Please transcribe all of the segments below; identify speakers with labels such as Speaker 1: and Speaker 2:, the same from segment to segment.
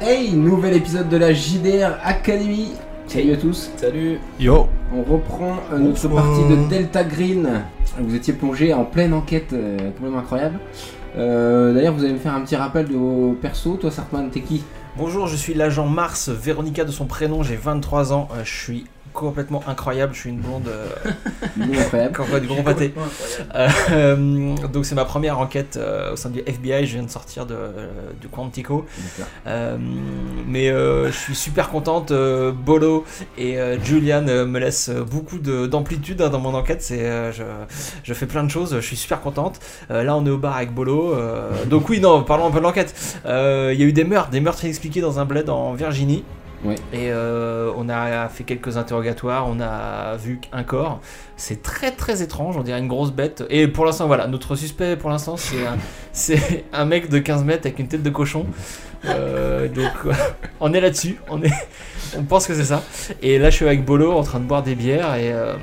Speaker 1: Hey, nouvel épisode de la JDR Academy. Salut à tous.
Speaker 2: Salut
Speaker 3: Yo
Speaker 1: On reprend euh, notre
Speaker 3: Bonsoir.
Speaker 1: partie de Delta Green. Vous étiez plongé en pleine enquête euh, complètement incroyable. Euh, D'ailleurs, vous allez me faire un petit rappel de vos persos. Toi, Sartman, t'es qui
Speaker 2: Bonjour, je suis l'agent Mars, Véronica de son prénom, j'ai 23 ans, euh, je suis complètement incroyable, je suis une blonde euh,
Speaker 1: Il est incroyable.
Speaker 2: encore du gros pâté. Euh, euh, donc c'est ma première enquête euh, au sein du FBI, je viens de sortir de, euh, du Quantico. Euh, mais euh, je suis super contente, euh, Bolo et euh, Julian euh, me laissent beaucoup de- d'amplitude hein, dans mon enquête, c'est, euh, je, je fais plein de choses, je suis super contente. Euh, là on est au bar avec Bolo, euh, donc oui, non, parlons un peu de l'enquête. Euh, Il y a eu des meurtres, des meurtres inexpliqués dans un bled en Virginie.
Speaker 1: Ouais.
Speaker 2: Et euh, on a fait quelques interrogatoires, on a vu un corps. C'est très très étrange, on dirait une grosse bête. Et pour l'instant, voilà, notre suspect pour l'instant, c'est un, c'est un mec de 15 mètres avec une tête de cochon. Euh, donc on est là-dessus, on, est, on pense que c'est ça. Et là, je suis avec Bolo en train de boire des bières et. euh,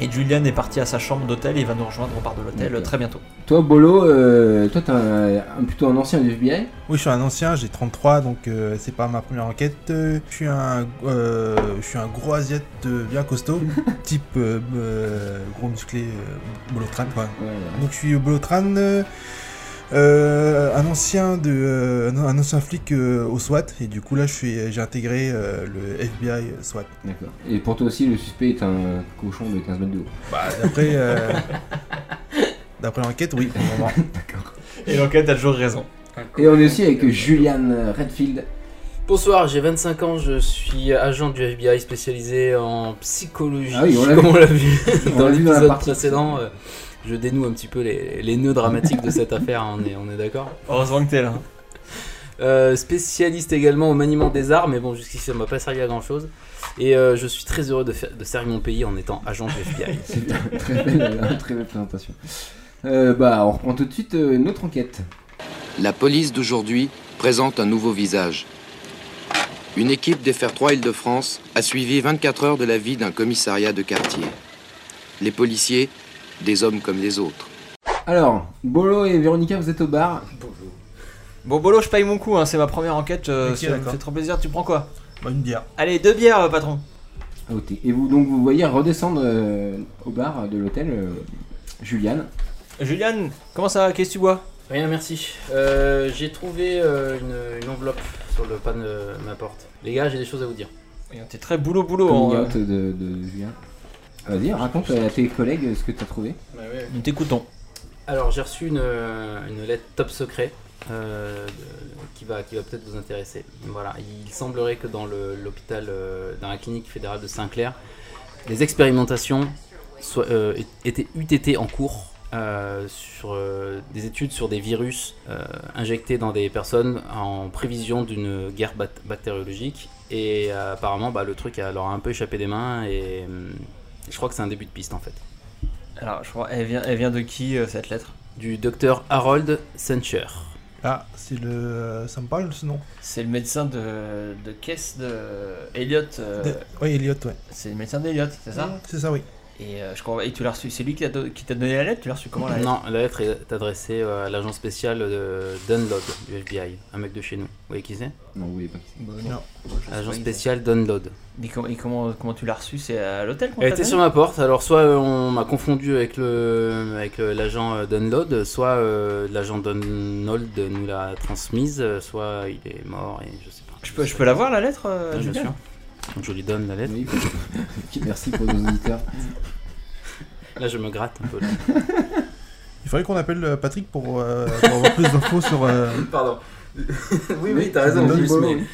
Speaker 2: et Julian est parti à sa chambre d'hôtel et il va nous rejoindre au bar de l'hôtel
Speaker 1: D'accord.
Speaker 2: très bientôt.
Speaker 1: Toi, Bolo, euh, toi, t'es un- un- plutôt un ancien du FBI.
Speaker 3: Oui, je suis un ancien, j'ai 33, donc euh, c'est pas ma première enquête. Euh, Je suis un, euh, je suis un gros asiate euh, bien costaud, type euh, euh, gros musclé, euh, bolotrane quoi.
Speaker 1: Ouais, ouais.
Speaker 3: Donc je suis bolotrane, euh, euh, un ancien de, euh, un- un ancien flic euh, au SWAT, et du coup là je suis, j'ai intégré euh, le FBI SWAT.
Speaker 1: D'accord. Et pour toi aussi, le suspect est un cochon de 15 mètres de haut.
Speaker 3: Bah, d'après, euh, d'après l'enquête, oui. pour le moment.
Speaker 2: Et l'enquête a toujours raison.
Speaker 1: Et on est aussi avec Julian Redfield.
Speaker 4: Bonsoir, j'ai 25 ans, je suis agent du FBI spécialisé en psychologie.
Speaker 1: Ah oui, on l'a
Speaker 4: comme
Speaker 1: vu.
Speaker 4: on l'a vu
Speaker 1: On
Speaker 4: dans
Speaker 1: l'a vu dans la
Speaker 4: l'épisode
Speaker 1: partie.
Speaker 4: précédent. euh, Je dénoue un petit peu les, les nœuds dramatiques de cette affaire, hein, on est, on est d'accord.
Speaker 2: Heureusement que t'es là.
Speaker 4: Euh, spécialiste également au maniement des armes, mais bon, jusqu'ici ça m'a pas servi à grand chose. Et euh, je suis très heureux de, faire- de servir mon pays en étant agent du FBI.
Speaker 1: C'est une très belle, une très belle présentation. Euh, bah, on reprend tout de suite euh, notre enquête.
Speaker 5: La police d'aujourd'hui présente un nouveau visage. Une équipe des Faire 3 Île-de-France a suivi 24 heures de la vie d'un commissariat de quartier. Les policiers, des hommes comme les autres.
Speaker 1: Alors, Bolo et Véronica, vous êtes au bar.
Speaker 2: Bon, Bolo, je paye mon coup, hein, c'est ma première enquête, euh,
Speaker 3: Ok,
Speaker 2: ça me
Speaker 3: d'accord.
Speaker 2: fait trop plaisir. Tu prends quoi
Speaker 3: Bah, une bière.
Speaker 2: Allez, deux bières, euh, patron.
Speaker 1: à côté. Ah, Et vous, donc, vous voyez redescendre euh, au bar de l'hôtel euh, Julian.
Speaker 2: Julian, comment ça va Qu'est-ce que tu bois
Speaker 4: Rien, merci. Euh, j'ai trouvé euh, une, une enveloppe sur le pan de ma porte. Les gars, j'ai des choses à vous dire.
Speaker 2: Voyons, Eh T'es très
Speaker 4: Oh,
Speaker 2: boulot-boulot.
Speaker 1: Coming
Speaker 2: hein,
Speaker 1: out de, de Julian. Vas-y, raconte à tes collègues ce que t'as trouvé.
Speaker 2: euh, Nous t'écoutons.
Speaker 4: Alors j'ai reçu une, euh, une lettre top secret euh, de- qui va, qui va peut-être vous intéresser. Voilà, il semblerait que dans le- l'hôpital, euh, dans la clinique fédérale de Saint-Clair, les expérimentations soient, euh, étaient, eût été en cours euh, sur euh, des études sur des virus euh, injectés dans des personnes en prévision d'une guerre bac- bactériologique. Et euh, apparemment, bah, le truc a- leur a un peu échappé des mains et hum, je crois que c'est un début de piste en fait.
Speaker 2: Alors, je crois, elle vient, elle vient de qui euh, cette lettre
Speaker 4: Du docteur Harold Sencher.
Speaker 3: Ah, c'est le, ça me parle ce nom.
Speaker 2: C'est le médecin de, de caisse de Elliot. euh,
Speaker 3: De- Oui, Elliot, ouais.
Speaker 2: c'est le médecin d'Elliot, c'est ça
Speaker 3: C'est ça, oui.
Speaker 2: Et euh, je crois, et tu l'as reçu. C'est lui qui t'a do- qui t'a donné la lettre Tu l'as reçu comment la lettre
Speaker 4: Non, la lettre est adressée euh, à l'agent spécial de Dunlod du FBI, un mec de chez nous. Vous voyez qui c'est
Speaker 1: Non, vous voyez pas. qui c'est.
Speaker 2: Bah,
Speaker 3: Non.
Speaker 2: Bon, je sais
Speaker 4: Agent
Speaker 2: pas, il-
Speaker 4: spécial Dunlod.
Speaker 2: Mais com- et comment, comment tu l'as reçu C'est à l'hôtel qu'on
Speaker 4: Elle
Speaker 2: t'a
Speaker 4: était
Speaker 2: donné
Speaker 4: sur ma porte, alors soit euh, on m'a confondu avec le avec euh, l'agent euh, Dunlod, soit euh, l'agent Dunlod nous l'a transmise, euh, soit il est mort et je sais pas.
Speaker 2: Je peux, je peux la voir la lettre euh,
Speaker 4: Ah, bien
Speaker 2: Julian
Speaker 4: sûr. Donc je lui donne la lettre.
Speaker 1: Oui, parce- Merci pour nos auditeurs.
Speaker 4: Là je me gratte un peu. là.
Speaker 3: Il faudrait qu'on appelle euh, Patrick pour, euh, pour avoir plus d'infos sur. euh,
Speaker 4: Pardon. oui
Speaker 1: Vas-y, Bolo.
Speaker 4: Oui,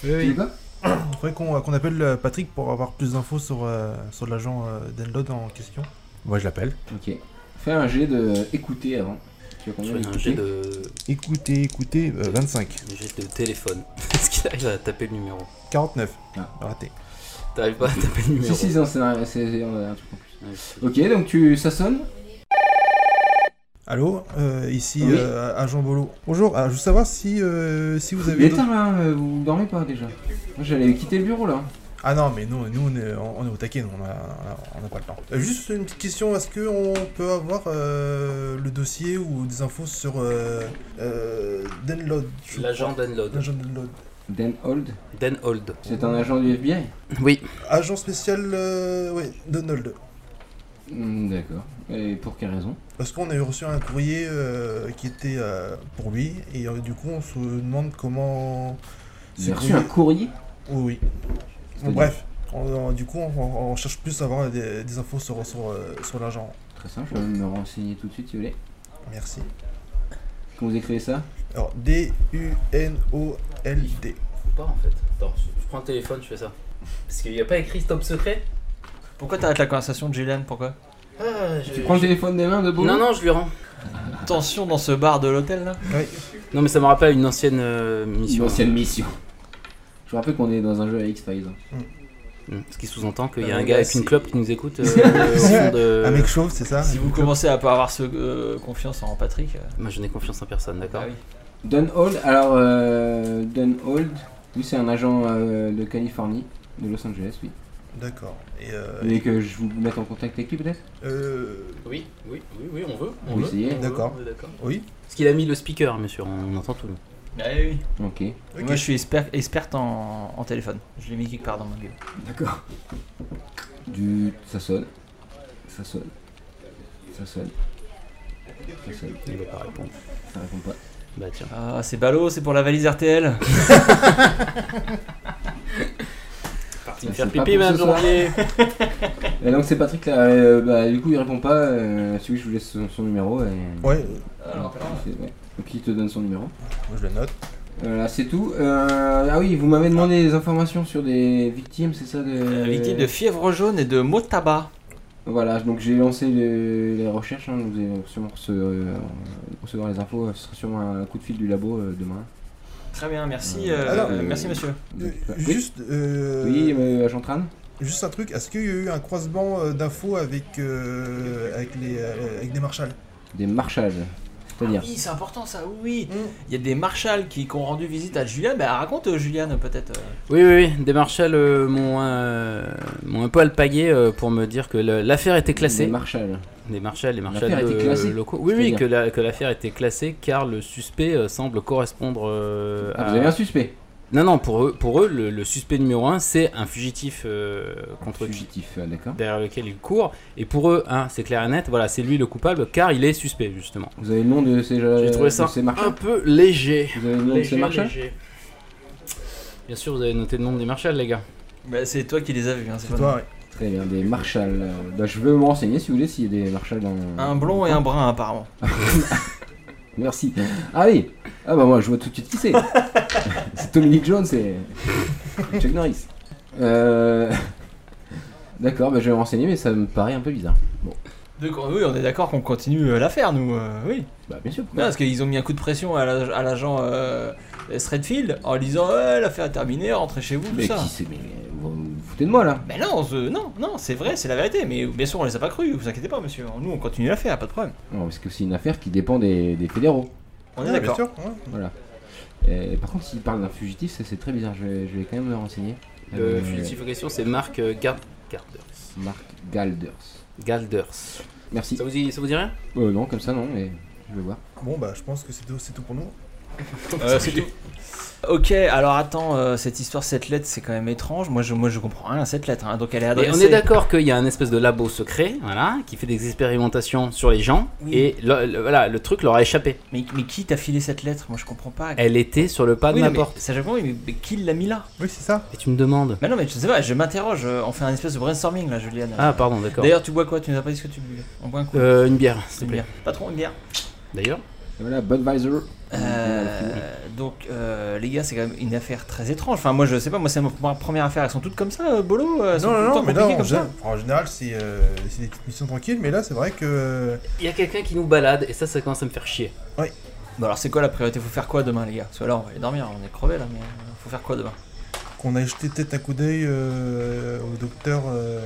Speaker 1: Tu dis quoi
Speaker 3: il faudrait qu'on qu'on appelle euh, Patrick pour avoir plus d'infos sur, euh, sur l'agent euh, Denlod en question. Moi je l'appelle.
Speaker 1: Ok. Fais un jet de écouter avant. Tu vois combien
Speaker 4: Un
Speaker 1: d'écouter
Speaker 4: jet de,
Speaker 3: Écoutez, écoutez, euh, 25.
Speaker 4: un jet de téléphone. Est-ce qu'il arrive à taper le numéro
Speaker 3: 49.
Speaker 1: Ah.
Speaker 3: Raté.
Speaker 4: T'arrives pas à taper le
Speaker 1: Si,
Speaker 4: numéro.
Speaker 1: si, non, c'est un, c'est un truc en plus.
Speaker 4: Ouais, c'est-
Speaker 1: Ok, donc tu, ça sonne
Speaker 3: Allô, euh, ici
Speaker 1: Oui.
Speaker 3: euh, agent Bolo. Bonjour, ah, je veux savoir si, euh, si vous
Speaker 1: Il
Speaker 3: avez.
Speaker 1: est
Speaker 3: d'autres-
Speaker 1: tard là, euh, vous dormez pas déjà Moi j'allais quitter le bureau là.
Speaker 3: Ah non, mais nous, nous on, est, on est au taquet, nous, on a, on a- on a pas le temps. Euh, juste une petite question est-ce qu'on peut avoir euh, le dossier ou des infos sur euh, euh, Denlod je
Speaker 4: L'agent
Speaker 3: crois.
Speaker 4: Dunlod.
Speaker 3: L'agent Denlod.
Speaker 1: Dan Hold,
Speaker 4: Dan Hold.
Speaker 1: c'est un agent du FBI
Speaker 4: Oui.
Speaker 3: Agent spécial, euh, ouais, Donald.
Speaker 1: Hmm, D'accord. Et pour quelle raison
Speaker 3: Parce qu'on a eu reçu un courrier euh, qui était euh, pour lui, et euh, du coup, on se demande comment. ce
Speaker 1: J'ai reçu un courrier
Speaker 3: Oui, oui. Bon,
Speaker 1: C'est-à-dire
Speaker 3: bref, on- on- du coup, on, on- on cherche plus à avoir des, des infos sur, sur, euh, sur l'agent.
Speaker 1: Très simple, je vais me renseigner tout de suite si vous voulez.
Speaker 3: Merci.
Speaker 1: Comment vous écrivez ça
Speaker 3: Alors, D-U-N-O-L-D.
Speaker 4: Faut Pas en fait. Attends, je je prends le téléphone, je fais ça. Parce qu'il n'y a pas écrit top secret
Speaker 2: Pourquoi t'arrêtes la conversation de Jillian Pourquoi
Speaker 4: Ah, je-
Speaker 1: Tu prends le
Speaker 4: je-
Speaker 1: téléphone des mains de Bono
Speaker 4: Non, non, je lui rends.
Speaker 2: Tension dans ce bar de l'hôtel là
Speaker 3: Oui,
Speaker 4: Non, mais ça me rappelle une ancienne euh, mission.
Speaker 1: Une ancienne mission. Je vous rappelle qu'on est dans un jeu à X-Files.
Speaker 4: Mm. Ce qui sous-entend qu'il y a
Speaker 1: Ah,
Speaker 2: Euh,
Speaker 4: un gars
Speaker 2: bah,
Speaker 4: avec une
Speaker 2: si-
Speaker 4: clope qui nous écoute euh, au fond de.
Speaker 3: un mec chauve, c'est ça
Speaker 2: Si vous commencez à pas avoir ce, euh, confiance en Patrick. euh,
Speaker 4: Moi, je n'ai confiance en personne, d'accord
Speaker 1: Bah
Speaker 2: ah oui.
Speaker 1: Dunhold, alors euh, Dunhold, lui c'est un agent euh, de Californie, de Los Angeles, oui.
Speaker 3: D'accord. Et euh,
Speaker 1: Vous voulez que je vous mette en contact avec lui peut-être
Speaker 3: euh,
Speaker 4: oui, oui, oui, oui, on veut.
Speaker 1: On veut, essayez. on
Speaker 3: veut, D'accord. on oui,
Speaker 4: Parce qu'il a mis le speaker, monsieur, on entend tout.
Speaker 2: Ah oui.
Speaker 1: Ok.
Speaker 3: ok.
Speaker 2: Moi je suis expert, experte en, en téléphone. Je l'ai mis quelque part dans mon gueule.
Speaker 1: D'accord. Du... Ça sonne. Ça sonne. Ça sonne. Ça sonne.
Speaker 4: Il va pas répondre.
Speaker 1: Ça répond pas.
Speaker 4: Bah tiens.
Speaker 2: Ah c'est ballot, c'est pour la valise RTL.
Speaker 4: Parti
Speaker 1: me Ça, faire Ah, c'est
Speaker 4: me faire
Speaker 1: pipi,
Speaker 4: pipi,
Speaker 1: pas pour ce
Speaker 4: même
Speaker 1: ma soir.
Speaker 4: journée
Speaker 1: Et donc c'est Patrick là, euh, bah, du coup il répond pas, euh, si oui je vous laisse son, son numéro. Et...
Speaker 3: Ouais,
Speaker 2: Alors,
Speaker 1: C'est- ouais. Donc il te donne son numéro.
Speaker 3: moi je le note.
Speaker 1: Voilà, c'est tout. Euh, ah oui, vous m'avez demandé des informations sur des victimes, c'est ça de...
Speaker 2: euh, victime de fièvre jaune et de maux de tabac.
Speaker 1: Voilà, donc j'ai lancé le- les recherches, hein, vous allez sûrement rece- euh, recevoir les infos, euh, ce sera sûrement un coup de fil du labo euh, demain.
Speaker 2: Très bien, merci,
Speaker 1: Euh,
Speaker 2: euh,
Speaker 3: alors,
Speaker 2: euh, merci
Speaker 1: euh,
Speaker 2: monsieur.
Speaker 1: Donc,
Speaker 3: Euh,
Speaker 1: oui,
Speaker 3: Juste, euh,
Speaker 1: oui euh, agent Tran
Speaker 3: juste un truc, est-ce qu'il y a eu un croisement euh, d'infos avec, euh, avec, les, euh, avec des marshals
Speaker 1: Des marchages,
Speaker 4: Ah,
Speaker 1: c'est-à-dire...
Speaker 2: Oui, c'est important ça, oui.
Speaker 3: Mm.
Speaker 2: Il y a des marshals qui, qui ont rendu visite à Julian. Bah raconte euh, Julian peut-être. euh.
Speaker 4: Oui, oui, oui. Des marshals euh, m'ont euh, m'ont un peu alpagué euh, pour me dire que le- l'affaire était classée.
Speaker 1: Des marchages.
Speaker 4: Des marshals, les marshals
Speaker 1: L'affaire était
Speaker 4: euh,
Speaker 1: classée,
Speaker 4: locaux. Oui, oui,
Speaker 1: c'est-à-dire
Speaker 4: que la- que l'affaire était classée car le suspect euh, semble correspondre euh,
Speaker 1: Ah,
Speaker 4: à.
Speaker 1: vous avez un suspect
Speaker 4: Non, non, pour eux, pour eux le, le suspect numéro un, c'est un fugitif euh, contre qui,
Speaker 1: Fugitif, ah, d'accord.
Speaker 4: derrière lequel il court. Et pour eux, hein, c'est clair et net, voilà, c'est lui le coupable car il est suspect, justement.
Speaker 1: Vous avez le nom de ces, euh,
Speaker 4: J'ai trouvé ça
Speaker 1: de ces
Speaker 4: un
Speaker 1: marchages
Speaker 4: peu léger.
Speaker 1: Vous avez le nom de ces marchages
Speaker 4: Bien sûr, vous avez noté le nombre des marshals, les gars.
Speaker 2: Bah, c'est toi qui les as vus. hein, c'est
Speaker 3: C'est
Speaker 2: pas
Speaker 3: toi, ouais.
Speaker 1: Très bien, des marshals. euh, bah, je veux me renseigner si vous voulez s'il y a des marshals dans...
Speaker 2: nous. Un blond et un brun apparemment.
Speaker 1: Merci. Ah oui Ah bah moi je vois tout de suite qui c'est. c'est Dominique Jones et Chuck Norris. Euh... D'accord, bah je vais me renseigner mais ça me paraît un peu bizarre. Bon,
Speaker 2: Donc, euh, oui, on est d'accord qu'on continue euh, l'affaire, nous. euh, oui.
Speaker 1: bah bien sûr.
Speaker 4: Ah,
Speaker 2: Non, parce qu'ils ont mis un coup de pression à la- à l'agent euh, Threadfield en lui disant Eh, l'affaire est terminée, rentrez chez vous, tout
Speaker 1: mais
Speaker 2: ça.
Speaker 1: qui c'est Mais vous vous foutez de moi là
Speaker 2: Mais non, ce- non, non, c'est vrai, c'est la vérité. Mais bien sûr, on les a pas cru. Vous inquiétez pas, monsieur. Nous, on continue l'affaire, pas de problème.
Speaker 1: Non, parce que c'est une affaire qui dépend des, des fédéraux.
Speaker 2: On est
Speaker 3: Ouais, bien
Speaker 2: d'accord.
Speaker 3: sûr. ouais.
Speaker 1: Et par contre, s'il parle d'un fugitif, ça c'est très bizarre. Je vais, je vais quand même me renseigner.
Speaker 4: Le
Speaker 1: Euh,
Speaker 4: fugitif en question, c'est Marc euh, Gar- Garders.
Speaker 1: Mark Galders.
Speaker 4: Galders.
Speaker 1: Merci.
Speaker 4: Ça vous dit, ça vous dit rien
Speaker 1: Euh, non, comme ça non, mais je vais voir.
Speaker 3: Bon, bah, je pense que c'est tout, c'est tout pour nous.
Speaker 2: Euh, c'est tout. Ok, alors attends, euh, cette histoire, cette lettre, c'est quand même étrange. Moi, je, moi, je comprends rien à cette lettre. hein. Donc, elle est
Speaker 4: Mais
Speaker 2: adressée.
Speaker 4: on est d'accord qu'il y a un espèce de labo secret, voilà, qui fait des expérimentations sur les gens,
Speaker 2: Oui.
Speaker 4: et le, le- voilà, le truc leur a échappé.
Speaker 2: Mais, mais qui t'a filé cette lettre Moi, je comprends pas.
Speaker 4: Elle était sur le pas de
Speaker 2: Oui, non,
Speaker 4: ma
Speaker 2: mais
Speaker 4: porte.
Speaker 2: Ça, j'avoue, mais, mais qui l'a mis là
Speaker 3: Oui, c'est ça.
Speaker 4: Et tu me demandes.
Speaker 2: Bah non, mais je sais pas, je m'interroge. euh, On fait un espèce de brainstorming là, Juliane.
Speaker 4: Ah, pardon, d'accord.
Speaker 2: D'ailleurs, tu bois quoi Tu nous as pas dit ce que tu buvais On boit un coup.
Speaker 4: Euh, une bière, s'il te
Speaker 2: une
Speaker 4: plaît.
Speaker 2: bière. Pas trop une bière.
Speaker 4: D'ailleurs,
Speaker 1: Et voilà, Budweiser.
Speaker 2: Euh, donc, euh, les gars, c'est quand même une affaire très étrange. Enfin, moi, je sais pas, moi, c'est ma pr- première affaire. Elles sont toutes comme ça, euh, Bolo Elles sont
Speaker 3: non,
Speaker 2: tout le
Speaker 3: non,
Speaker 2: temps
Speaker 3: non, mais là,
Speaker 2: compliquées
Speaker 3: en,
Speaker 2: comme ça
Speaker 3: gé- en général, c'est euh, c'est des petites missions tranquilles, mais là, c'est vrai que. euh,
Speaker 4: il y a quelqu'un qui nous balade, et ça, ça commence à me faire chier.
Speaker 2: Bon, alors, c'est quoi la priorité Faut faire quoi demain, les gars Parce que là, on va aller dormir, on est crevés là, mais euh, faut faire quoi demain
Speaker 3: qu'on a jeté peut-être un coup d'œil euh, au docteur euh,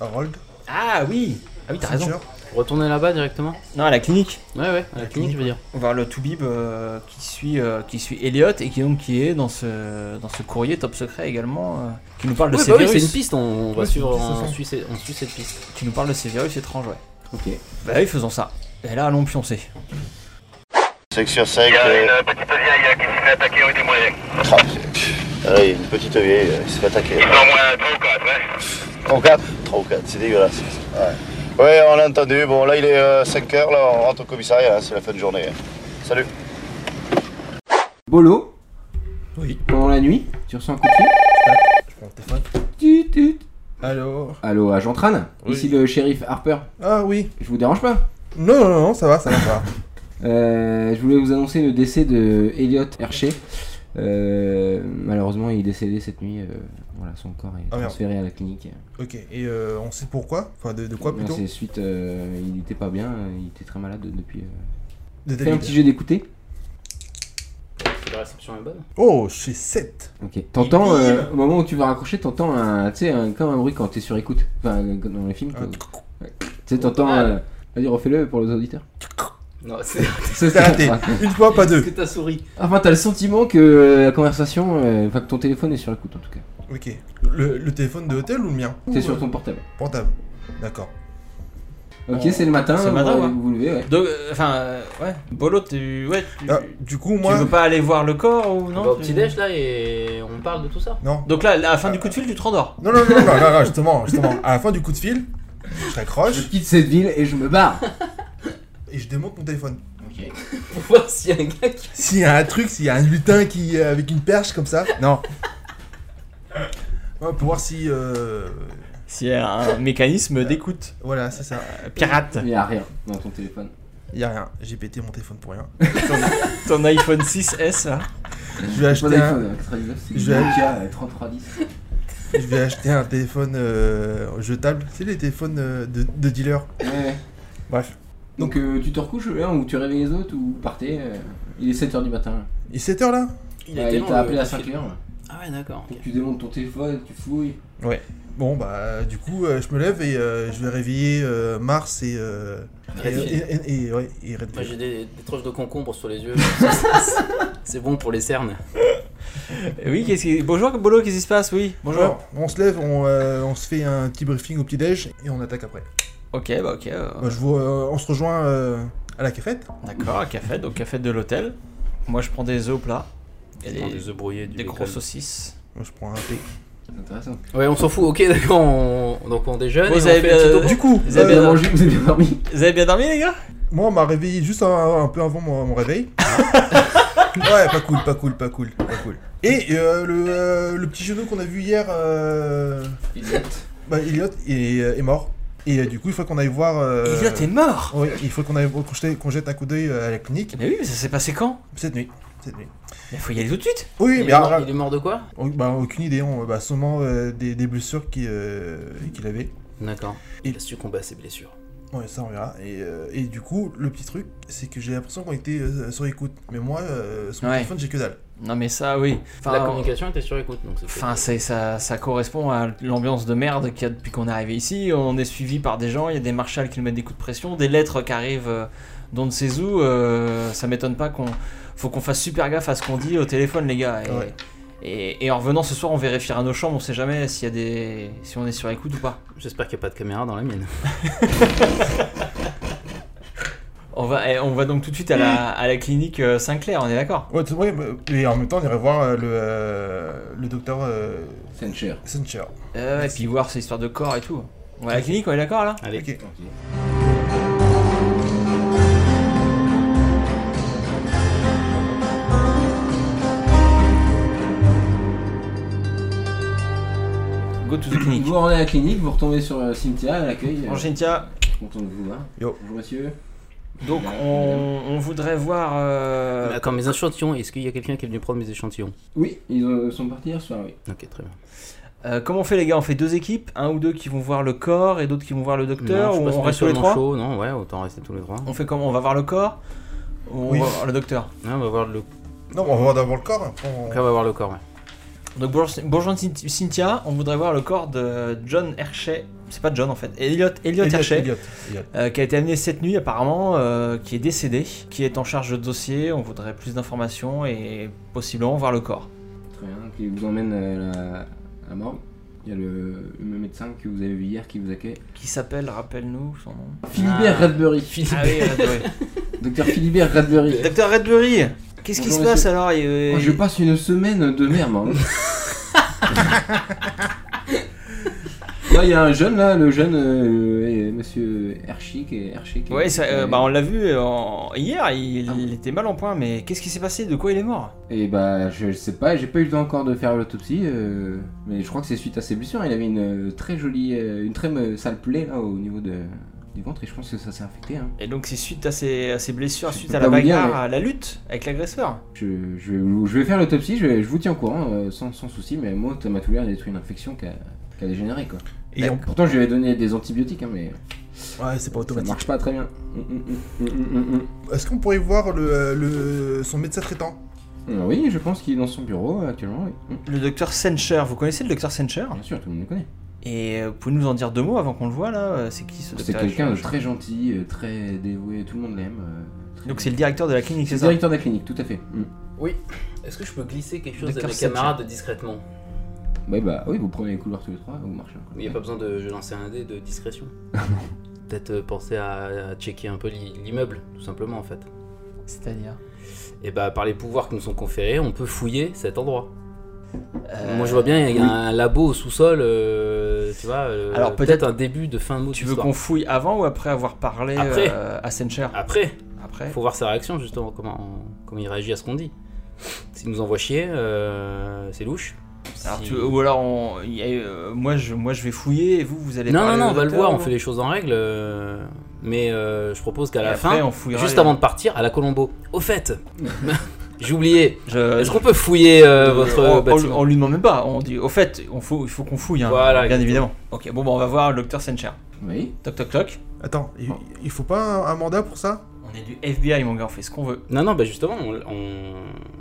Speaker 3: Harold.
Speaker 2: Ah oui Ah oui, t'as raison.
Speaker 3: Fincher.
Speaker 4: Retourner là-bas directement
Speaker 2: Non, à la clinique.
Speaker 4: Ouais, ouais, à la clinique, je veux dire.
Speaker 2: voir le Toubib euh, qui suit euh, qui suit Elliot et qui donc qui est dans ce dans ce courrier top secret également euh, qui nous parle de
Speaker 4: Ouais,
Speaker 2: ces
Speaker 4: bah oui,
Speaker 2: virus
Speaker 4: c'est une piste, on, on va
Speaker 3: Ouais, c'est une
Speaker 4: suivre,
Speaker 3: piste,
Speaker 4: on
Speaker 3: ça.
Speaker 4: suit, ces- on suit cette piste.
Speaker 2: qui nous parle de ces virus étranges ouais.
Speaker 1: Ok.
Speaker 2: Bah oui, faisons ça. Et là allons pioncer.
Speaker 6: C'est que sur euh, sec.
Speaker 7: euh, Il y a une petite vieille qui s'est fait attaquer rue du Moyen.
Speaker 6: euh, Allez, une petite vieille, euh, il se fait attaquer.
Speaker 7: Ils sont au moins 3 ou 4, hein.
Speaker 6: 3 ou 4 3 ou 4, c'est dégueulasse. Ouais. ouais, on l'a entendu. Bon, là, il est 5h, là, on rentre au commissariat, hein, c'est la fin de journée. hein. Salut.
Speaker 1: Bolo,
Speaker 3: Oui.
Speaker 1: pendant la nuit, tu reçois un coup de fil.
Speaker 3: Je prends le téléphone.
Speaker 1: Tut, tut.
Speaker 3: Alors
Speaker 1: Allô, agent Tran
Speaker 3: Oui.
Speaker 1: Ici le shérif Harper.
Speaker 3: Ah oui.
Speaker 1: Je vous dérange pas
Speaker 3: Non, non, non, ça va, ça va, ça va.
Speaker 1: Euh, je voulais vous annoncer le décès de Elliot Hershey. Euh, malheureusement, il est décédé cette nuit. euh, voilà, son corps est
Speaker 3: Ah, merde.
Speaker 1: transféré à la clinique.
Speaker 3: Ok, et euh, on sait pourquoi Enfin, de, de quoi
Speaker 1: Bien,
Speaker 3: plutôt
Speaker 1: C'est suite, euh, il n'était pas bien, euh, il était très malade depuis. euh.
Speaker 3: De
Speaker 1: Fais un
Speaker 3: David.
Speaker 1: petit jeu d'écouter.
Speaker 4: La réception est bonne.
Speaker 3: Oh, chez 7
Speaker 1: Ok. T'entends,
Speaker 3: Il bim
Speaker 1: euh, au moment où tu vas raccrocher, t'entends un, tu sais, un, comme un bruit quand t'es sur écoute. Enfin, euh, dans les films.
Speaker 3: Ah,
Speaker 1: quand-
Speaker 3: tu-
Speaker 1: Tu sais, t'entends.
Speaker 4: Ah.
Speaker 1: euh, Vas-y, refais-le pour les auditeurs.
Speaker 4: Non, c'est
Speaker 1: Ça,
Speaker 3: T'as raté Une fois, pas
Speaker 4: parce
Speaker 3: deux
Speaker 4: que t'as souri.
Speaker 1: Enfin, t'as le sentiment que euh, la conversation, euh, enfin que ton téléphone est sur écoute en tout cas.
Speaker 3: Ok. Le, le téléphone de hôtel ou le mien
Speaker 1: T'es
Speaker 3: Ou,
Speaker 1: sur
Speaker 3: euh,
Speaker 1: ton portable.
Speaker 3: Portable. D'accord.
Speaker 1: Ok,
Speaker 2: On-
Speaker 1: c'est le matin.
Speaker 2: c'est le
Speaker 1: vous
Speaker 2: matin,
Speaker 1: allez
Speaker 2: ouais.
Speaker 1: Vous levez, ouais.
Speaker 2: Donc, euh, enfin, euh, ouais, Bolo, tu, ouais, tu,
Speaker 3: Ah,
Speaker 2: tu
Speaker 3: du coup, moi.
Speaker 2: veux pas aller voir le corps ou
Speaker 4: On
Speaker 2: non
Speaker 4: va Bah, au
Speaker 2: tu-
Speaker 4: petit-déj là et on parle de tout ça.
Speaker 3: Non.
Speaker 2: Donc là, à la fin
Speaker 3: Ah.
Speaker 2: du coup de fil, tu te rendors.
Speaker 3: Non, non, non, non, non, non, justement, justement. À la fin du coup de fil, je
Speaker 1: Je
Speaker 3: raccroche
Speaker 1: quitte cette ville et je me barre.
Speaker 3: et je démonte mon téléphone.
Speaker 4: Pour voir s'il y a un gars qui.
Speaker 3: S'il y a un truc, s'il y a un lutin qui euh, avec une perche comme ça. Non. Ouais, pour voir si. euh,
Speaker 2: C'est un mécanisme d'écoute
Speaker 3: Voilà, c'est ça.
Speaker 2: euh, pirate.
Speaker 1: Il n'y a rien dans ton téléphone.
Speaker 3: Y a rien. J'ai pété mon téléphone pour rien.
Speaker 2: Ton iPhone hein. 6S là.
Speaker 3: Je vais
Speaker 1: Ton
Speaker 3: acheter un,
Speaker 1: iPhone, euh, 99, c'est
Speaker 3: Je vais-
Speaker 1: Nokia, euh, 3310.
Speaker 3: je vais acheter un téléphone euh, jetable. C'est les téléphones euh, de, de dealer.
Speaker 1: Ouais, ouais.
Speaker 3: Bref.
Speaker 1: Donc euh, tu te recouches hein, ou tu réveilles les autres ou partez. euh, Il est 7h du matin.
Speaker 3: Et 7h là
Speaker 1: Ouais, Il t'a appelé à 5h.
Speaker 4: Ah ouais, d'accord. ok.
Speaker 1: Tu démontes ton téléphone, tu fouilles.
Speaker 3: Bon bah du coup euh, je me lève et euh, je vais réveiller euh, Mars et, euh, et,
Speaker 4: Redfield.
Speaker 3: et- et- et- ouais, et Redfield.
Speaker 4: Moi j'ai des, des troches de concombre sur les yeux. c'est bon pour les cernes.
Speaker 2: Euh, Oui, qu'est-ce qui... bonjour Bolo, qu'est-ce qui se passe Oui, bonjour.
Speaker 3: Alors, on se lève, on, euh, on se fait un petit briefing au petit déj et on attaque après.
Speaker 2: Ok, bah ok. euh,
Speaker 3: Bah, je vous, euh, on se rejoint euh, à la cafette.
Speaker 2: D'accord, un café, donc café de l'hôtel. Moi, je prends des œufs au plat. Et
Speaker 4: Dans
Speaker 2: des,
Speaker 4: des œufs brouillés, du
Speaker 2: des
Speaker 4: bacon.
Speaker 2: gros saucisses.
Speaker 3: Moi, je prends un thé.
Speaker 1: C'est intéressant.
Speaker 4: Ouais, on s'en fout. Ok, d'accord. on- Donc on déjeune.
Speaker 2: Vous
Speaker 4: et on
Speaker 2: avez,
Speaker 4: fait un petit
Speaker 2: euh,
Speaker 4: topo.
Speaker 3: Du coup,
Speaker 2: Vous
Speaker 1: Vous avez
Speaker 2: avez
Speaker 3: euh,
Speaker 1: bien
Speaker 2: bien-
Speaker 1: mangé, vous avez bien dormi.
Speaker 2: Vous avez bien dormi, les gars
Speaker 3: moi on m'a réveillé juste un, un peu avant mon, mon réveil. ouais, pas cool, pas cool, pas cool, pas cool. Et euh, le, euh, le petit genou qu'on a vu hier, euh, bah, Elliot est, est mort. Et euh, du coup, il faut qu'on aille voir. euh,
Speaker 2: Et là, t'es mort
Speaker 3: Oui, il faut qu'on aille qu'on jette- qu'on jette un coup d'œil euh, à la clinique
Speaker 2: Mais oui, mais ça s'est passé quand
Speaker 3: cette nuit. Cette nuit.
Speaker 2: Il faut y aller tout de suite
Speaker 3: Oui,
Speaker 4: Il est
Speaker 3: mais
Speaker 4: mort-
Speaker 3: alors,
Speaker 4: il est mort de quoi
Speaker 3: oh, bah, aucune idée, on, bah, sûrement euh, des, des blessures qu'il euh, qu'il avait.
Speaker 4: D'accord.
Speaker 3: Il-
Speaker 4: Il a succombé à ses blessures.
Speaker 3: Ouais, ça on verra. Et, euh, et du coup, le petit truc, c'est que j'ai l'impression qu'on était euh, sur écoute. Mais moi, euh, sur mon
Speaker 2: Ouais.
Speaker 3: téléphone, j'ai que dalle.
Speaker 2: Non, mais ça, oui. Enfin,
Speaker 4: La
Speaker 2: on-
Speaker 4: communication était sur écoute, donc c'est.
Speaker 2: Enfin, c'est- ça, ça correspond à l'ambiance de merde qu'il y a depuis qu'on est arrivé ici. On est suivi par des gens, il y a des marshals qui nous mettent des coups de pression, des lettres qui arrivent euh, d'on ne sait où. euh, ça m'étonne pas qu'on. Faut qu'on fasse super gaffe à ce qu'on dit au téléphone, les gars. Et,
Speaker 3: Ouais.
Speaker 2: et, et en revenant ce soir, on vérifiera nos chambres, on sait jamais s'il y a des. si on est sur écoute ou pas.
Speaker 4: J'espère qu'il n'y a pas de caméra dans la mienne.
Speaker 2: On va, eh, on va donc tout de suite à la, à la clinique euh, Sinclair, on est d'accord
Speaker 3: Ouais, c'est vrai, bah, et en même temps, on irait voir euh, le, euh, le docteur euh,
Speaker 1: C'est une chair.
Speaker 3: Sencher.
Speaker 2: Euh, Et puis voir ces histoires de corps et tout. On va à la clinique, on est d'accord là
Speaker 4: Allez.
Speaker 3: Ok.
Speaker 2: Go to the clinic.
Speaker 1: Vous rendez à la clinique, vous retombez sur euh, Cynthia à l'accueil.
Speaker 2: Bon, Cynthia,
Speaker 1: Je suis content de vous voir.
Speaker 3: Yo.
Speaker 1: Bonjour monsieur.
Speaker 2: donc on, on voudrait voir. euh,
Speaker 4: Attends, mes échantillons, est-ce qu'il y a quelqu'un qui est venu prendre mes échantillons
Speaker 1: Oui, ils euh, sont partis hier soir, oui.
Speaker 4: Ok, très bien.
Speaker 2: Euh, comment on fait les gars On fait deux équipes, un ou deux qui vont voir le corps et d'autres qui vont voir le docteur,
Speaker 4: Non, je
Speaker 2: ou
Speaker 4: suis pas
Speaker 2: on reste tous les
Speaker 4: spécialement
Speaker 2: trois
Speaker 4: chaud, Non, ouais, autant rester tous les trois.
Speaker 2: On fait comment On va voir le corps ou
Speaker 3: Oui.
Speaker 2: on va voir le docteur
Speaker 4: Ouais, on va voir le,
Speaker 3: Non, on va voir d'abord le corps. après on-
Speaker 4: Après, on va voir le corps. ouais.
Speaker 2: Donc bonjour, bonjour Cyn- Cynthia, on voudrait voir le corps de John Hershey, c'est pas John en fait, Elliot, Elliot,
Speaker 3: Elliot,
Speaker 2: Hershey,
Speaker 3: Elliot, Elliot.
Speaker 2: euh, qui a été amené cette nuit apparemment, euh, qui est décédé, qui est en charge de dossier, on voudrait plus d'informations et possiblement voir le corps.
Speaker 1: Très bien, donc il vous emmène à la, à la morgue. Il y a le, le médecin que vous avez vu hier qui vous accueille.
Speaker 2: Qui s'appelle, rappelle-nous son nom
Speaker 1: Philibert
Speaker 4: Ah.
Speaker 1: Radbury.
Speaker 2: Ah oui, Redbury.
Speaker 1: Docteur Philibert Radbury.
Speaker 2: Docteur Redbury Qu'est-ce qui
Speaker 1: Bonjour,
Speaker 2: se passe
Speaker 1: monsieur.
Speaker 2: alors Il-
Speaker 1: Oh, je passe une semaine de merde. moi. Là, il y a un jeune, là, le jeune euh, et monsieur Herschik. Et Herschik
Speaker 2: Ouais, Ah ça, euh, bah, on l'a vu en- hier, il, il était mal en point, mais qu'est-ce qui s'est passé De quoi il est mort
Speaker 1: Et bah, je je sais pas, j'ai pas eu le temps encore de faire l'autopsie, euh, mais je crois que c'est suite à ses blessures. Il avait une euh, très jolie, euh, une très euh, sale plaie là au niveau de, du ventre, et je pense que ça s'est infecté. Hein.
Speaker 2: Et donc c'est suite à ses, à ses blessures,
Speaker 1: Je
Speaker 2: suite
Speaker 1: peux
Speaker 2: à la
Speaker 1: pas vous dire,
Speaker 2: bagarre,
Speaker 1: mais-
Speaker 2: à la lutte avec l'agresseur.
Speaker 1: Je, je, je vais faire l'autopsie, je, vais- je vous tiens au courant, euh, sans, sans souci, mais moi, Thomas Toulier a détruit une infection qui a, qui a dégénéré quoi.
Speaker 3: Et on-
Speaker 1: Pourtant, je lui ai donné des antibiotiques, hein, mais
Speaker 3: Ouais, c'est
Speaker 1: ça
Speaker 3: pas automatique.
Speaker 1: marche pas très bien.
Speaker 2: Mm,
Speaker 1: Hum, hum, hum, hum, hum, hum.
Speaker 3: Est-ce qu'on pourrait voir le, euh, le- son médecin traitant
Speaker 1: Euh, Oui, je pense qu'il est dans son bureau euh, actuellement, oui. Hum,
Speaker 2: Le docteur Sencher, vous connaissez le docteur Sencher
Speaker 1: Bien sûr, tout le monde le connaît.
Speaker 2: Et euh, pouvez nous en dire deux mots avant qu'on le voit là euh, C'est qui ce
Speaker 1: C'est
Speaker 2: docteur
Speaker 1: quelqu'un de très gentil, euh, très dévoué, tout le monde l'aime. euh, très-
Speaker 2: Donc c'est le directeur de la clinique,
Speaker 1: C'est le
Speaker 2: c'est ça
Speaker 1: directeur de la clinique, tout à fait. Mm.
Speaker 4: Est-ce que je peux glisser quelque chose à
Speaker 2: Docteur
Speaker 4: mes
Speaker 2: Satcher.
Speaker 4: camarades discrètement
Speaker 1: Ouais, bah oui, vous prenez les couloirs tous les trois, vous marchez.
Speaker 4: Il n'y a pas besoin de je lancer un dé de discrétion. Peut-être euh, penser à, à checker un peu l'i- l'immeuble, tout simplement en fait.
Speaker 2: C'est-à-dire
Speaker 4: Et bah par les pouvoirs qui nous sont conférés, on peut fouiller cet endroit.
Speaker 2: Euh,
Speaker 4: Moi je vois bien il y a un labo au sous-sol, euh, tu vois. euh,
Speaker 2: Alors,
Speaker 4: peut-être
Speaker 2: peut-être-
Speaker 4: un début de fin de mot.
Speaker 2: Tu veux qu'on fouille avant ou après avoir parlé
Speaker 4: Après.
Speaker 2: euh, à Sencher
Speaker 4: Après,
Speaker 2: Après
Speaker 4: faut voir sa réaction justement, comment, comment il réagit à ce qu'on dit. S'il nous envoie chier, euh, c'est louche.
Speaker 2: Alors,
Speaker 4: Si-
Speaker 2: tu- Ou alors, on- il y a, euh, moi, je, moi je vais fouiller et vous, vous allez
Speaker 4: Non, non,
Speaker 2: parler
Speaker 4: non,
Speaker 2: au
Speaker 4: on va le
Speaker 2: docteur,
Speaker 4: voir, on
Speaker 2: ou-
Speaker 4: fait les choses en règle. euh, Mais euh, je propose qu'à
Speaker 2: Et
Speaker 4: la
Speaker 2: après,
Speaker 4: fin,
Speaker 2: on fouillera
Speaker 4: juste
Speaker 2: les-
Speaker 4: avant de partir, à la Colombo. Au fait, j'ai oublié.
Speaker 2: Je-
Speaker 4: Est-ce qu'on peut fouiller euh,
Speaker 2: Euh,
Speaker 4: votre
Speaker 2: on, on-
Speaker 4: bâtiment
Speaker 2: on lui demande même pas, on dit au fait, on faut, il faut qu'on fouille, hein,
Speaker 4: Voilà,
Speaker 2: bien
Speaker 4: exactement.
Speaker 2: évidemment. Ok, bon, bah, on va voir le docteur Sencher.
Speaker 1: Oui.
Speaker 2: Toc toc toc.
Speaker 3: Attends, il,
Speaker 1: Oh.
Speaker 3: il faut pas un, un mandat pour ça
Speaker 2: On est du FBI, mon gars, on fait ce qu'on veut.
Speaker 4: Non, non, bah justement, on, on-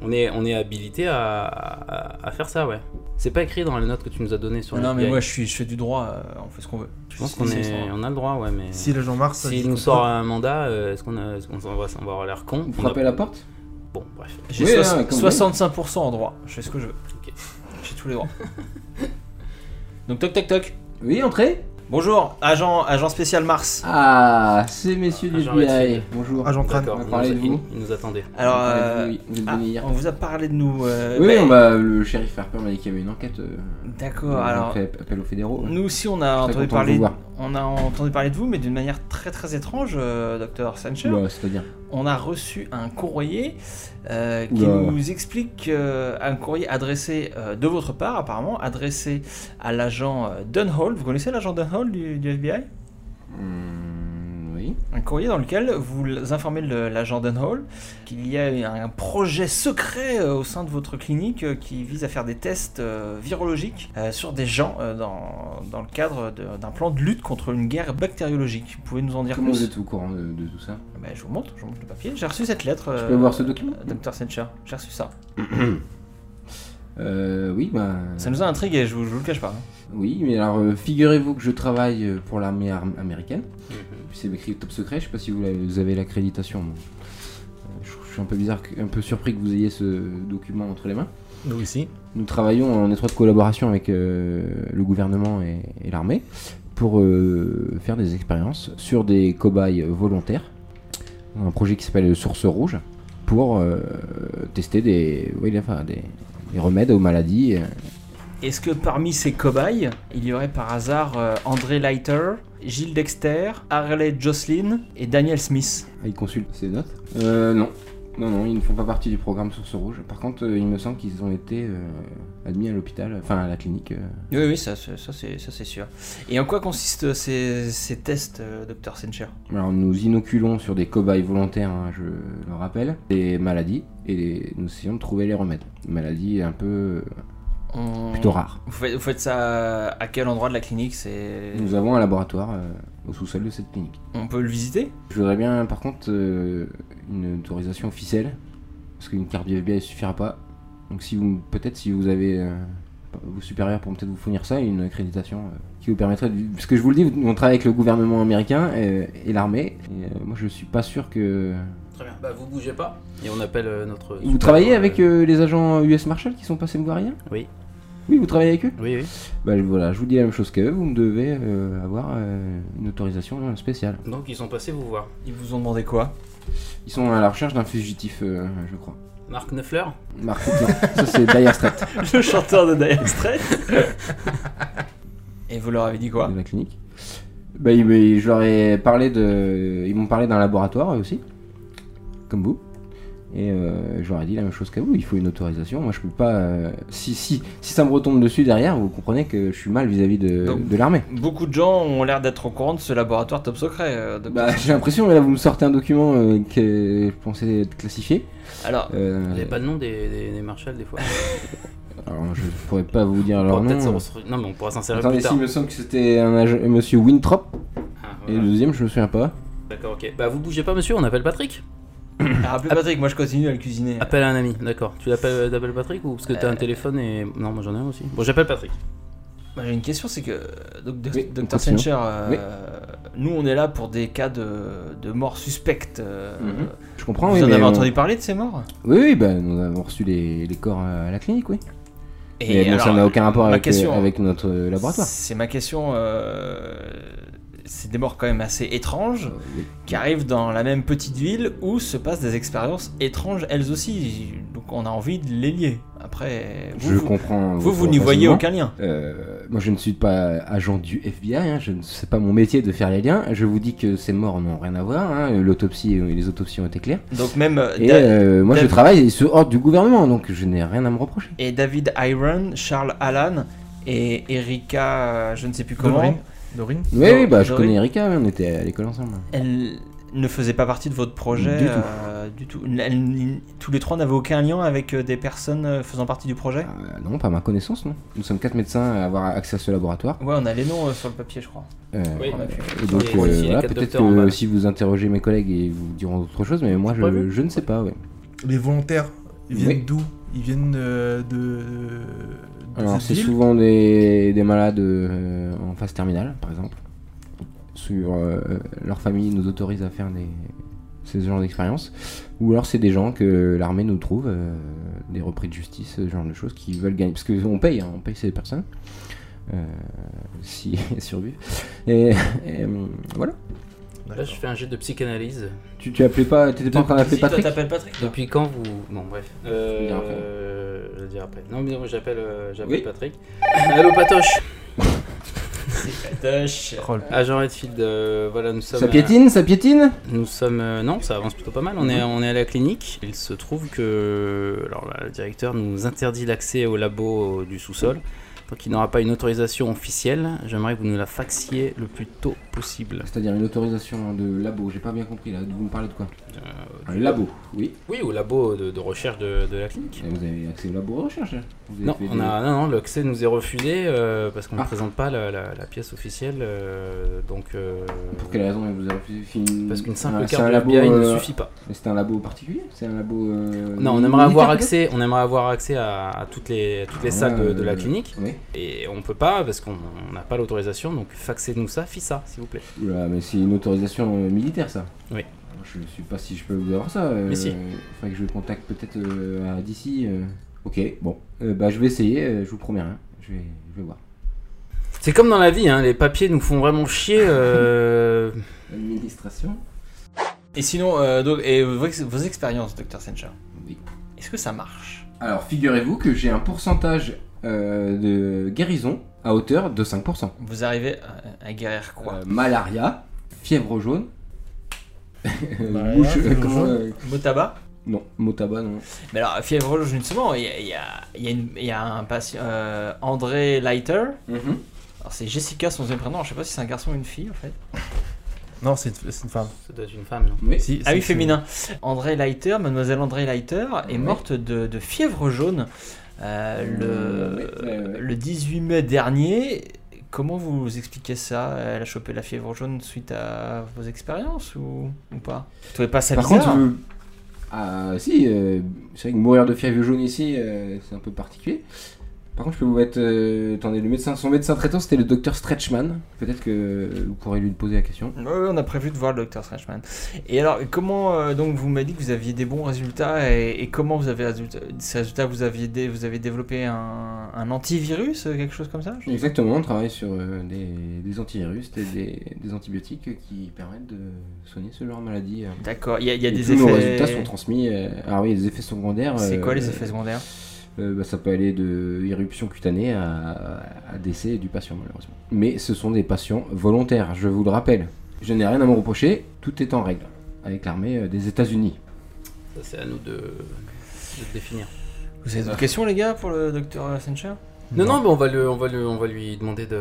Speaker 4: on est, on est habilité à, à- à faire ça, ouais. C'est pas écrit dans les notes que tu nous as données sur le
Speaker 2: non, mais
Speaker 4: FBI.
Speaker 2: moi, je, suis, je fais du droit, euh, on fait ce qu'on veut.
Speaker 4: je pense qu'on est, on a le droit, ouais, mais.
Speaker 3: Si l'agent Mars.
Speaker 4: S'il
Speaker 3: il-
Speaker 4: nous sort un mandat, euh, est-ce qu'on a- est-ce qu'on s'en va, on va avoir l'air con
Speaker 1: Vous
Speaker 4: On a-
Speaker 1: frappez à la porte
Speaker 4: Bon, bref.
Speaker 2: J'ai
Speaker 1: Oui,
Speaker 2: soix-
Speaker 1: hein, comme vous
Speaker 2: 65% en droit, je fais ce que je veux.
Speaker 4: Ok.
Speaker 2: J'ai tous les droits. Donc toc toc toc.
Speaker 1: Oui, entrez
Speaker 2: Bonjour, agent, agent spécial Mars.
Speaker 1: Ah, ces messieurs du
Speaker 4: Agent
Speaker 1: FBI.
Speaker 4: Redfield.
Speaker 1: Bonjour.
Speaker 3: Agent Tran.
Speaker 4: D'accord,
Speaker 1: On va
Speaker 4: il
Speaker 1: parler
Speaker 4: nous-
Speaker 1: de
Speaker 4: il,
Speaker 1: vous.
Speaker 4: il nous attendait.
Speaker 2: Alors,
Speaker 1: On va parler de
Speaker 2: euh,
Speaker 1: Ah, vous, oui. vous êtes
Speaker 2: ah,
Speaker 1: venu hier.
Speaker 2: on vous a parlé de nous. euh,
Speaker 1: Oui,
Speaker 2: ben,
Speaker 1: on va- le shérif Harper m'a dit qu'il y avait une enquête. euh,
Speaker 2: D'accord,
Speaker 1: donc,
Speaker 2: alors.
Speaker 1: fait appel aux fédéraux.
Speaker 2: Nous aussi, on a
Speaker 1: Très
Speaker 2: entendu
Speaker 1: content de vous
Speaker 2: parler,
Speaker 1: voir.
Speaker 2: on a entendu parler de vous, mais d'une manière très très étrange, euh, docteur Sancher.
Speaker 1: Oula, c'est-à-dire.
Speaker 2: On a reçu un courrier euh, qui
Speaker 1: Oula.
Speaker 2: nous explique euh, un courrier adressé euh, de votre part, apparemment, adressé à l'agent euh, Dunhall. Vous connaissez l'agent Dunhall du, du FBI
Speaker 1: Hmm, oui.
Speaker 2: Un courrier dans lequel vous informez le- l'agent Dunhall qu'il y a un projet secret euh, au sein de votre clinique euh, qui vise à faire des tests euh, virologiques euh, sur des gens euh, dans, dans le cadre de- d'un plan de lutte contre une guerre bactériologique. Vous pouvez nous en dire
Speaker 1: Comment vous
Speaker 2: plus
Speaker 1: êtes au courant de, de tout ça
Speaker 2: Ben, Je vous montre, je vous montre le papier. J'ai reçu cette lettre. euh,
Speaker 1: Je peux voir ce document
Speaker 2: Docteur Sencher, j'ai reçu ça.
Speaker 1: Euh, oui, bah.
Speaker 2: Ça nous a intrigué, je vous, je vous le cache pas. hein.
Speaker 1: Oui, mais alors euh, figurez-vous que je travaille euh, pour l'armée arm- américaine.
Speaker 2: Mhm.
Speaker 1: C'est écrit top secret, je sais pas si vous, l'avez- vous avez l'accréditation. mais, euh, Je, je suis un peu bizarre, que- un peu surpris que vous ayez ce document entre les mains.
Speaker 3: Nous aussi.
Speaker 1: Nous travaillons en étroite collaboration avec euh, le gouvernement et, et l'armée pour euh, faire des expériences sur des cobayes volontaires. On a Un projet qui s'appelle Source Rouge pour euh, tester des, oui, enfin, des, des remèdes aux maladies. euh,
Speaker 2: Est-ce que parmi ces cobayes, il y aurait par hasard euh, André Leiter, Gilles Dexter, Harley Jocelyn et Daniel Smith
Speaker 1: Ah, Ils consultent ces notes Euh, non. Non, non, ils ne font pas partie du programme Source Rouge. Par contre, euh, il me semble qu'ils ont été euh, admis à l'hôpital, enfin à la clinique. euh.
Speaker 2: Oui, oui, ça, ça, ça, c'est, ça c'est sûr. Et en quoi consistent ces, ces tests, euh, Docteur Sencher
Speaker 1: Alors, nous inoculons sur des cobayes volontaires, hein, je le rappelle, des maladies et les- nous essayons de trouver les remèdes. Des maladies un peu
Speaker 2: On-
Speaker 1: plutôt rares.
Speaker 2: Vous faites, vous faites ça à quel endroit de la clinique c'est...
Speaker 1: Nous avons un laboratoire euh, au sous-sol de cette clinique.
Speaker 2: On peut le visiter
Speaker 1: Je voudrais bien, par contre, euh, une autorisation officielle, parce qu'une carte du FBI ne suffira pas. Donc, si vous, peut-être, si vous avez euh, vos supérieurs pour peut-être vous fournir ça, une accréditation euh, qui vous permettrait. De... Parce que je vous le dis, on travaille avec le gouvernement américain euh, et l'armée. Et, euh, moi, je suis pas sûr que.
Speaker 4: Très bien, bah vous bougez pas. Et on appelle euh, notre.
Speaker 1: Vous travaillez avec euh, les agents US Marshall qui sont passés me voir hier
Speaker 4: Oui.
Speaker 1: Oui, vous travaillez avec eux
Speaker 4: Oui, oui.
Speaker 1: Bah je- voilà, je vous dis la même chose qu'eux, vous me devez euh, avoir euh, une autorisation euh, spéciale.
Speaker 4: Donc ils sont passés vous voir.
Speaker 2: Ils vous ont demandé quoi
Speaker 1: Ils sont à la recherche d'un fugitif, euh, je crois.
Speaker 4: Marc Neufler
Speaker 1: Marc, tiens, ça c'est Dire Straits
Speaker 2: le chanteur de Dire Straits. Et vous leur avez dit quoi
Speaker 1: de la clinique. Bah, ils- ils- je leur ai parlé de. Ils m'ont parlé d'un laboratoire eux aussi, comme vous. Et euh, je leur ai dit la même chose qu'à vous, il faut une autorisation. Moi je peux pas. euh, si, si, si ça me retombe dessus derrière, vous comprenez que je suis mal vis-à-vis de,
Speaker 2: Donc-
Speaker 1: de l'armée.
Speaker 2: Beaucoup de gens ont l'air d'être au courant de ce laboratoire top secret. euh, docteur.
Speaker 1: Bah, j'ai l'impression, mais là vous me sortez un document euh, que je pensais être classifié.
Speaker 2: Alors,
Speaker 1: Euh,
Speaker 4: Vous n'avez pas de nom des, des, des marshals des fois
Speaker 1: alors je pourrais pas vous dire
Speaker 4: On
Speaker 1: leur
Speaker 4: pourra
Speaker 1: nom.
Speaker 4: peut-être se re- Non, mais on pourra s'insérer
Speaker 1: Attendez,
Speaker 4: plus
Speaker 1: si,
Speaker 4: tard.
Speaker 1: il me semble que c'était un agent- monsieur Wintrop,
Speaker 4: Ah,
Speaker 1: et le
Speaker 4: voilà.
Speaker 1: deuxième, je me souviens pas.
Speaker 4: D'accord, ok. Bah, vous bougez pas, monsieur, on appelle Patrick
Speaker 2: rappelez
Speaker 1: ah,
Speaker 2: Patrick, moi je continue à le cuisiner.
Speaker 4: Appelle un ami, d'accord. Tu l'appelles euh, t'appelles Patrick ou parce que t'as un téléphone et. Non, moi j'en ai un aussi. Bon, j'appelle Patrick.
Speaker 2: Bah, J'ai une question, c'est que euh, donc, doc-
Speaker 1: Oui, on
Speaker 2: Dr.
Speaker 1: continue.
Speaker 2: Sencher, euh, nous on est là pour des cas de, de morts suspectes. euh,
Speaker 1: Mhm. Je
Speaker 2: Vous
Speaker 1: comprends, oui.
Speaker 2: en
Speaker 1: mais
Speaker 2: avez
Speaker 1: on-
Speaker 2: entendu parler de ces morts
Speaker 1: Oui, oui, bah, nous avons reçu les, les corps euh, à la clinique, oui.
Speaker 2: Et
Speaker 1: Mais bon, ça
Speaker 2: alors,
Speaker 1: n'a aucun rapport
Speaker 2: ma
Speaker 1: avec, euh,
Speaker 2: question-
Speaker 1: avec notre euh, laboratoire.
Speaker 2: C'est ma question. euh, c'est des morts quand même assez étranges
Speaker 1: Euh, oui.
Speaker 2: qui arrivent dans la même petite ville où se passent des expériences étranges elles aussi. Donc on a envie de les lier. Après, vous,
Speaker 1: je
Speaker 2: vous,
Speaker 1: comprends.
Speaker 2: vous, vous
Speaker 1: votre
Speaker 2: n'y voyez
Speaker 1: raisonnement.
Speaker 2: aucun lien.
Speaker 1: Euh, moi, je ne suis pas agent du FBI, hein, je ne c'est pas mon métier de faire les liens. Je vous dis que ces morts n'ont rien à voir, hein, l'autopsie et les autopsies ont été claires.
Speaker 2: Donc même euh,
Speaker 1: Et
Speaker 2: Da-
Speaker 1: euh, moi, je
Speaker 2: Dave-
Speaker 1: travaille sur ordre du gouvernement, donc je n'ai rien à me reprocher.
Speaker 2: et David Iron, Charles Allan et Erika, euh, je ne sais plus comment,
Speaker 3: Dorine Dorine
Speaker 1: Oui,
Speaker 2: Non,
Speaker 1: oui, bah, je
Speaker 2: Doris-
Speaker 1: connais Erika, oui, on était à l'école ensemble.
Speaker 2: elle ne faisait pas partie de votre projet
Speaker 1: Du tout.
Speaker 2: euh, du tout. Elle- tous les trois n'avaient aucun lien avec euh, des personnes euh, faisant partie du projet.
Speaker 1: Euh, non, pas à ma connaissance, non. Nous sommes quatre médecins à avoir accès à ce laboratoire.
Speaker 2: Ouais, on a les noms euh, sur le papier, je crois.
Speaker 1: Euh,
Speaker 4: Oui.
Speaker 2: On a vu.
Speaker 1: Et donc,
Speaker 4: Et
Speaker 1: euh,
Speaker 4: voici les
Speaker 1: voilà,
Speaker 4: quatre
Speaker 1: peut-être
Speaker 4: docteurs en
Speaker 1: que
Speaker 4: bas.
Speaker 1: si vous interrogez mes collègues, ils vous diront autre chose, mais moi,
Speaker 3: pas
Speaker 1: je,
Speaker 3: vu
Speaker 1: je ne sais pas. Ouais.
Speaker 3: Les volontaires, ils viennent
Speaker 1: Oui.
Speaker 3: d'où Ils viennent euh, de. de
Speaker 1: Alors,
Speaker 3: cette
Speaker 1: c'est
Speaker 3: ville
Speaker 1: souvent des, des malades euh, en phase terminale, par exemple. Sur, euh, leur famille nous autorise à faire des, ce genre d'expérience. Ou alors, c'est des gens que l'armée nous trouve, euh, des repris de justice, ce genre de choses, qui veulent gagner. Parce qu'on paye, hein, on paye ces personnes. Euh, si elles survivent. Et, et, euh, voilà.
Speaker 4: Là, je fais un jet de psychanalyse.
Speaker 1: Tu, tu appelais pas, t'étais pas en train d'appeler Patrick
Speaker 2: Patrick
Speaker 1: Ah.
Speaker 4: Depuis quand vous. Bon, bref.
Speaker 1: Je le dirai après.
Speaker 4: Euh. Je le dirai après. Non, mais moi j'appelle euh, j'appelle
Speaker 1: Oui.
Speaker 4: Patrick. Allô, Patoche
Speaker 2: Toche.
Speaker 4: Agent Redfield, euh, voilà, nous sommes.
Speaker 1: Ça piétine, ça piétine
Speaker 4: Nous sommes. euh, non, ça avance plutôt pas mal. On est, on est à la clinique. Il se trouve que. Alors, là, le directeur nous interdit l'accès au labo euh, du sous-sol. Donc, il n'aura pas une autorisation officielle. J'aimerais que vous nous la faxiez le plus tôt possible.
Speaker 1: C'est-à-dire une autorisation de labo, j'ai pas bien compris là, vous me parlez de quoi
Speaker 4: Euh,
Speaker 1: Un labo, oui.
Speaker 4: oui, au labo de, de recherche de, de la clinique.
Speaker 1: Et vous avez accès au labo de recherche là Vous avez
Speaker 4: Non,
Speaker 1: fait
Speaker 4: on
Speaker 1: des-
Speaker 4: a, non, non, l'accès nous est refusé euh, parce qu'on
Speaker 1: Ah.
Speaker 4: ne présente pas la, la- la pièce officielle. euh, donc. euh,
Speaker 1: Pour quelle raison elle vous a refusé Une-
Speaker 4: Parce qu'une
Speaker 1: un-
Speaker 4: simple
Speaker 1: c'est
Speaker 4: carte
Speaker 1: un
Speaker 4: de
Speaker 1: labo,
Speaker 4: FBI
Speaker 1: euh,
Speaker 4: ne suffit pas.
Speaker 1: mais C'est un labo particulier C'est un labo. euh,
Speaker 4: Non, on aimerait avoir
Speaker 1: militaire,
Speaker 4: accès, on aimerait avoir accès à, à toutes les, à toutes les
Speaker 1: Ah,
Speaker 4: salles de, de
Speaker 1: euh,
Speaker 4: la clinique
Speaker 1: peut-être Oui.
Speaker 4: et on peut pas parce qu'on on n'a pas l'autorisation. Donc faxez-nous ça, ça, s'il vous plaît.
Speaker 1: Oula, mais c'est une autorisation euh, militaire ça
Speaker 4: Oui.
Speaker 1: Je ne sais pas si je peux vous avoir ça. euh,
Speaker 4: Mais si.
Speaker 1: Faudrait que je contacte peut-être euh, à d'ici. euh. Ok, bon. Euh, bah je vais essayer, euh, je vous promets rien. Je vais, je vais voir.
Speaker 4: C'est comme dans la vie, hein, les papiers nous font vraiment chier. euh,
Speaker 1: Administration
Speaker 2: Et sinon, euh, donc, et vos, vos expériences, Dr. Sencher,
Speaker 1: Oui.
Speaker 2: est-ce que ça marche
Speaker 1: Alors figurez-vous que j'ai un pourcentage euh, de guérison à hauteur de 5%.
Speaker 2: Vous arrivez à, à guérir quoi
Speaker 1: Euh, malaria, fièvre jaune,
Speaker 3: Malaria,
Speaker 1: mouche,
Speaker 3: fièvre
Speaker 1: comment,
Speaker 3: jaune.
Speaker 1: euh,
Speaker 2: Mot tabac
Speaker 1: non, mot tabac non.
Speaker 2: Mais alors, fièvre rouge, justement, il y a, il y a- il y a une- il y a un patient, euh, André Leiter. Alors, c'est Jessica, son deuxième prénom. Alors, Je sais pas si c'est un garçon ou une fille, en fait.
Speaker 3: Non, c'est une, c'est une femme.
Speaker 4: Ça doit être une femme, non
Speaker 1: Oui.
Speaker 3: Si,
Speaker 2: Ah
Speaker 3: c'est-
Speaker 2: oui,
Speaker 3: c'est-
Speaker 2: féminin. André Leiter, mademoiselle André Leiter, est
Speaker 1: Ouais.
Speaker 2: morte de, de fièvre jaune euh, le,
Speaker 1: Ouais, ouais, ouais.
Speaker 2: le 18 mai dernier. Comment vous expliquez ça Elle a chopé la fièvre jaune suite à vos expériences ou, ou pas Vous trouvez pas ça
Speaker 1: Par
Speaker 2: bizarre hein.
Speaker 1: contre, euh, ah si, euh, c'est vrai que mourir de fièvre jaune ici, euh, c'est un peu particulier. Par contre, je peux vous mettre. euh, attendez, le médecin, son médecin traitant, c'était le docteur Stretchman. Peut-être que vous pourrez lui poser la question.
Speaker 2: Ouais, ouais, on a prévu de voir le Dr. Strangeman. Et alors, comment euh, donc vous m'avez dit que vous aviez des bons résultats et, et comment vous avez résultat- ces résultats Vous aviez dé- vous avez développé un, un antivirus, euh, quelque chose comme ça je-
Speaker 1: Exactement, on travaille sur euh, des, des antivirus et des, des antibiotiques qui permettent de soigner ce genre de maladie. euh.
Speaker 2: D'accord. Il y a, il y a
Speaker 1: Et
Speaker 2: des
Speaker 1: tous nos résultats
Speaker 2: effets.
Speaker 1: sont transmis. euh, ah oui, les effets secondaires.
Speaker 2: C'est quoi
Speaker 1: euh,
Speaker 2: les effets secondaires
Speaker 1: euh, bah, Ça peut aller de éruption cutanée à, à décès du patient, malheureusement. Mais ce sont des patients volontaires, je vous le rappelle. Je n'ai rien à me reprocher, tout est en règle avec l'armée euh, des États-Unis.
Speaker 4: Ça, c'est à nous de, de définir.
Speaker 2: Vous avez d'autres questions, les gars, pour le docteur Sencher
Speaker 4: Non, non, mais on va, le, on, va le, on va lui demander de-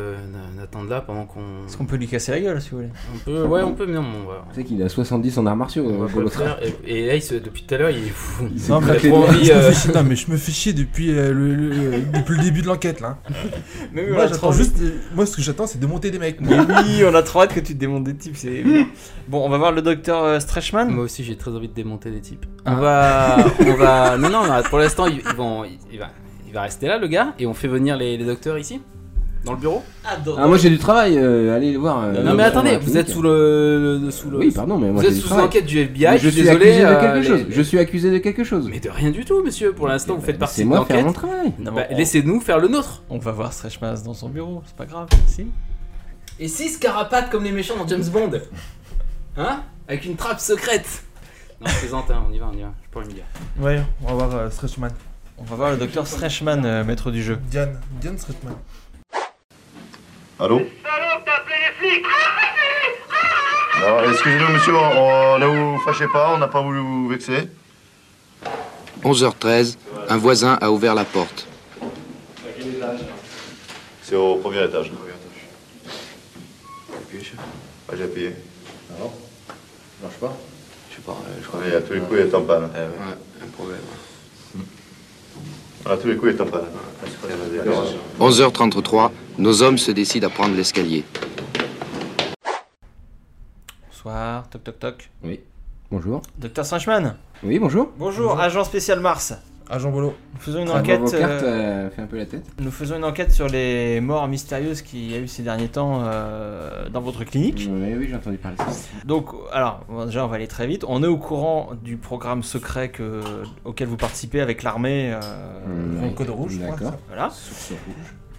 Speaker 4: de- d'attendre là pendant qu'on.
Speaker 2: Est-ce qu'on peut lui casser la gueule, si vous voulez
Speaker 4: On peut, ouais, on peut, mais non, on va.
Speaker 1: Tu sais qu'il a 70 en arts martiaux,
Speaker 4: On va
Speaker 1: euh,
Speaker 4: pas
Speaker 1: Bolo
Speaker 4: le
Speaker 1: Tra-
Speaker 4: faire. Et, et là, il se- depuis tout à l'heure, il est fou.
Speaker 1: Il
Speaker 3: Non,
Speaker 1: s'est
Speaker 3: mais
Speaker 1: craqué
Speaker 4: trop
Speaker 1: les-
Speaker 4: envie.
Speaker 3: Je me
Speaker 4: euh,
Speaker 3: fais chier- non, mais je me fais chier depuis, euh, le, le- le- depuis le début de l'enquête là.
Speaker 2: Mais
Speaker 3: Moi, j'attends juste, euh, moi ce que j'attends c'est de monter des mecs.
Speaker 2: Mais oui, on a trop hâte que tu te démontes des types. c'est- Bon, on va voir le docteur euh, Stretchman.
Speaker 4: Moi aussi, j'ai très envie de démonter des types.
Speaker 2: Ah.
Speaker 4: On va, on va. Non, non, non, pour l'instant, ils, ils vont, il, il va, il va rester là, le gars, et on fait venir les, les docteurs ici, dans le bureau.
Speaker 1: Ah, moi j'ai du travail, euh, allez le voir. euh,
Speaker 4: Non,
Speaker 1: dans
Speaker 4: mais
Speaker 1: la
Speaker 4: attendez,
Speaker 1: clinique.
Speaker 4: vous êêtes sous le, le- sous le.
Speaker 1: Oui, pardon, mais moi
Speaker 4: vous
Speaker 1: j'ai
Speaker 4: êtes
Speaker 1: du
Speaker 4: sous
Speaker 1: travail.
Speaker 4: l'enquête du FBI.
Speaker 1: Mais
Speaker 4: Je
Speaker 1: Je
Speaker 4: suis
Speaker 1: suis
Speaker 4: désolé.
Speaker 1: accusé de
Speaker 4: euh,
Speaker 1: quelque chose.
Speaker 4: les-
Speaker 1: Je suis accusé de quelque chose.
Speaker 4: Mais de rien du tout, monsieur. Pour l'instant, vous
Speaker 1: Eh
Speaker 4: faites
Speaker 1: ben,
Speaker 4: partie
Speaker 1: C'est
Speaker 4: de
Speaker 1: moi faire
Speaker 4: l'enquête.
Speaker 1: mon travail.
Speaker 4: Non,
Speaker 2: Non,
Speaker 4: bah,
Speaker 2: on-
Speaker 4: Laissez-nous faire le nôtre.
Speaker 2: On va voir Stretchman dans son bureau, c'est pas grave, si
Speaker 4: Et six carapates comme les méchants dans James Bond. Hein Avec une trappe secrète. Non, je plaisante, hein, on y va, on y va. Je peux rien me dire.
Speaker 3: Ouais, on va voir euh, Stretchman.
Speaker 2: On va voir le docteur Stretchman, euh, maître du jeu.
Speaker 3: Diane, Diane Stretchman.
Speaker 6: Allô Alors, excusez-nous, monsieur, on- ne vous fâchez pas, on n'a pas voulu vous vexer.
Speaker 5: 11h13, un voisin a ouvert la porte.
Speaker 6: C'est au premier étage. Premier étage. Appuyé, chef Ah, j'ai appuyé.
Speaker 7: Alors Ça marche pas
Speaker 6: Je sais pas, euh, je crois À tous les coups, il est en panne.
Speaker 7: Ouais, un problème.
Speaker 6: À tous les coups, il est en panne. D'accord.
Speaker 5: 11h33, nos hommes se décident à prendre l'escalier.
Speaker 2: Bonsoir, toc toc toc.
Speaker 1: Oui. Bonjour.
Speaker 2: Docteur Stretchman
Speaker 1: Oui, bonjour.
Speaker 2: Bonjour, agent spécial Mars.
Speaker 3: Agent Bolo.
Speaker 2: Nous faisons une
Speaker 1: Ah,
Speaker 2: enquête.
Speaker 1: Bravo Carte,
Speaker 2: euh,
Speaker 1: euh, fait un peu la tête.
Speaker 2: Nous faisons une enquête sur les morts mystérieuses qu'il y a eu ces derniers temps euh, dans votre clinique.
Speaker 1: Oui, oui, j'ai entendu parler de ça.
Speaker 2: Donc, alors, bon, déjà, on va aller très vite. On est au courant du programme secret que, auquel vous participez avec l'armée. euh,
Speaker 1: Mmh.
Speaker 3: Un code rouge, je crois.
Speaker 1: D'accord.
Speaker 3: ça.
Speaker 2: Voilà.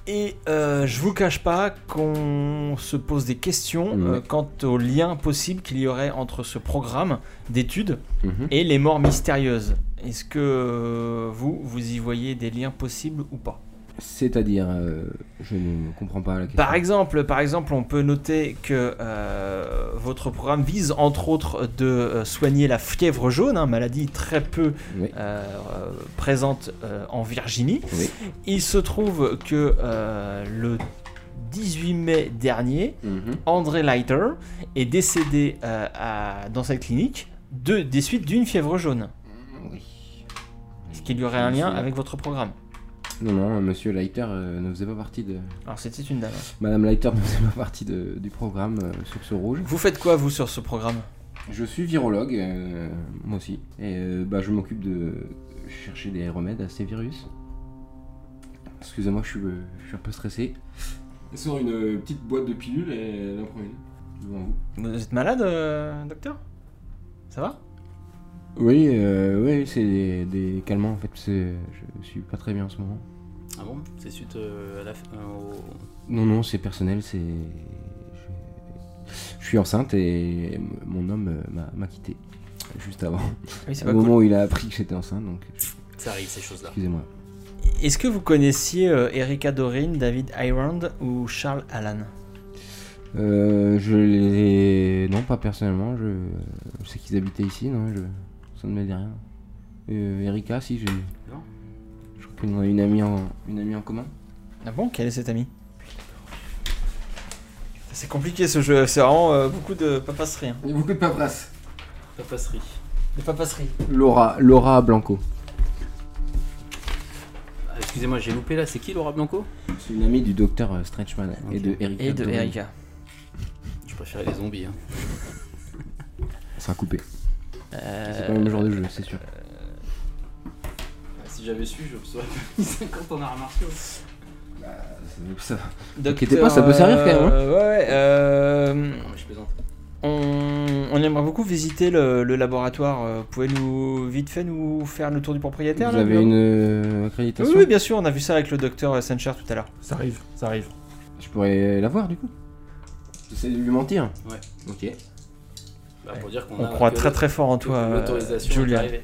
Speaker 2: Et euh, je vous cache pas qu'on se pose des questions
Speaker 1: Ouais.
Speaker 2: euh, quant au lien possible qu'il y aurait entre ce programme d'études
Speaker 1: Mhm.
Speaker 2: et les morts mystérieuses. Est-ce que euh, vous, vous y voyez des liens possibles ou pas
Speaker 1: C'est-à-dire, euh, je ne comprends pas la question.
Speaker 2: Par exemple, par exemple, on peut noter que euh, votre programme vise entre autres de euh, soigner la fièvre jaune, hein, maladie très peu
Speaker 1: Oui.
Speaker 2: euh, euh, présente euh, en Virginie.
Speaker 1: Oui.
Speaker 2: Il se trouve que euh, le 18 mai dernier,
Speaker 1: Mhm.
Speaker 2: André Leiter est décédé euh, à- dans cette clinique de, des suites d'une fièvre jaune.
Speaker 1: Oui.
Speaker 2: Est-ce qu'il y aurait un lien
Speaker 1: Monsieur-
Speaker 2: avec votre programme
Speaker 1: Non, non, monsieur Leiter euh, ne faisait pas partie de.
Speaker 2: Alors c'était une dame.
Speaker 1: Madame Leiter ne faisait pas partie de- du programme euh, sur ce rouge.
Speaker 2: Vous faites quoi vous sur ce programme
Speaker 1: Je suis virologue, euh, moi aussi. Et euh, bah, je m'occupe de chercher des remèdes à ces virus. Excusez-moi, je suis, euh, je suis un peu stressé. Elle sort une euh, petite boîte de pilules et elle en prend une devant vous.
Speaker 2: Vous êtes malade, euh, docteur Ça va
Speaker 1: Oui, euh, oui, c'est des, des calmants en fait. parce que Je suis pas très bien en ce moment.
Speaker 4: Ah bon C'est suite euh, à la f- euh, au-
Speaker 1: Non, non, c'est personnel, c'est. Je... je suis enceinte et m- mon homme euh, m'a- m'a quitté juste avant.
Speaker 2: Oui, c'est
Speaker 1: Au
Speaker 2: pas cool.
Speaker 1: moment où il a appris que j'étais enceinte, donc
Speaker 4: Ça arrive, ces choses-là.
Speaker 1: excusez-moi.
Speaker 2: Est-ce que vous connaissiez euh, Erika Dorin, David Irond ou Charles Allan
Speaker 1: Euh, je les ai... Non, pas personnellement, je, je sais qu'ils habitaient ici, non, je... ça ne me dit rien. Euh, Erika, si, j'ai.
Speaker 4: Non.
Speaker 1: Je crois qu'on a une amie en, une amie en commun.
Speaker 2: Ah bon Quel est cet ami C'est compliqué ce jeu, c'est vraiment euh, beaucoup de papasserie. hein.
Speaker 1: Il y a beaucoup de paperasse.
Speaker 4: Papasserie.
Speaker 2: De papasserie.
Speaker 1: Laura, Laura Blanco.
Speaker 4: Ah, Excusez-moi, j'ai loupé là. C'est qui Laura Blanco
Speaker 1: C'est une amie du docteur euh, Stretchman et
Speaker 4: Ok.
Speaker 1: de Erika.
Speaker 2: Et de
Speaker 1: Dorin.
Speaker 2: Erika.
Speaker 4: Je préférais les zombies. Hein.
Speaker 1: Ça a coupé. Euh,
Speaker 2: Euh,
Speaker 1: C'est pas le même genre de jeu, c'est sûr.
Speaker 4: Ah, Si si j'avais su, je me serais pas mis 50 en arts martiaux.
Speaker 1: Ça-
Speaker 2: Docteur,
Speaker 1: pas, ça peut servir quand même, hein.
Speaker 2: euh, ouais, ouais, euh,
Speaker 4: Non, mais je plaisante.
Speaker 2: on, on aimerait beaucoup visiter le, le laboratoire. euh, Pouvez-nous vite fait nous faire le tour du propriétaire
Speaker 1: Vous
Speaker 2: là,
Speaker 1: avez
Speaker 2: Guillaume
Speaker 1: une euh, accréditation
Speaker 2: oui, oui, bien sûr, on a vu ça avec le docteur euh, Sancher tout à l'heure.
Speaker 8: Ça arrive, ça arrive.
Speaker 1: Je pourrais l'avoir du coup. J'essaie de lui mentir.
Speaker 4: Ouais.
Speaker 1: Ok.
Speaker 4: Bah, pour dire qu'on
Speaker 2: On
Speaker 4: a
Speaker 2: croit
Speaker 4: que-
Speaker 2: très très fort en toi,
Speaker 4: que
Speaker 2: euh,
Speaker 4: l'autorisation est
Speaker 2: Julien.
Speaker 4: arrivée.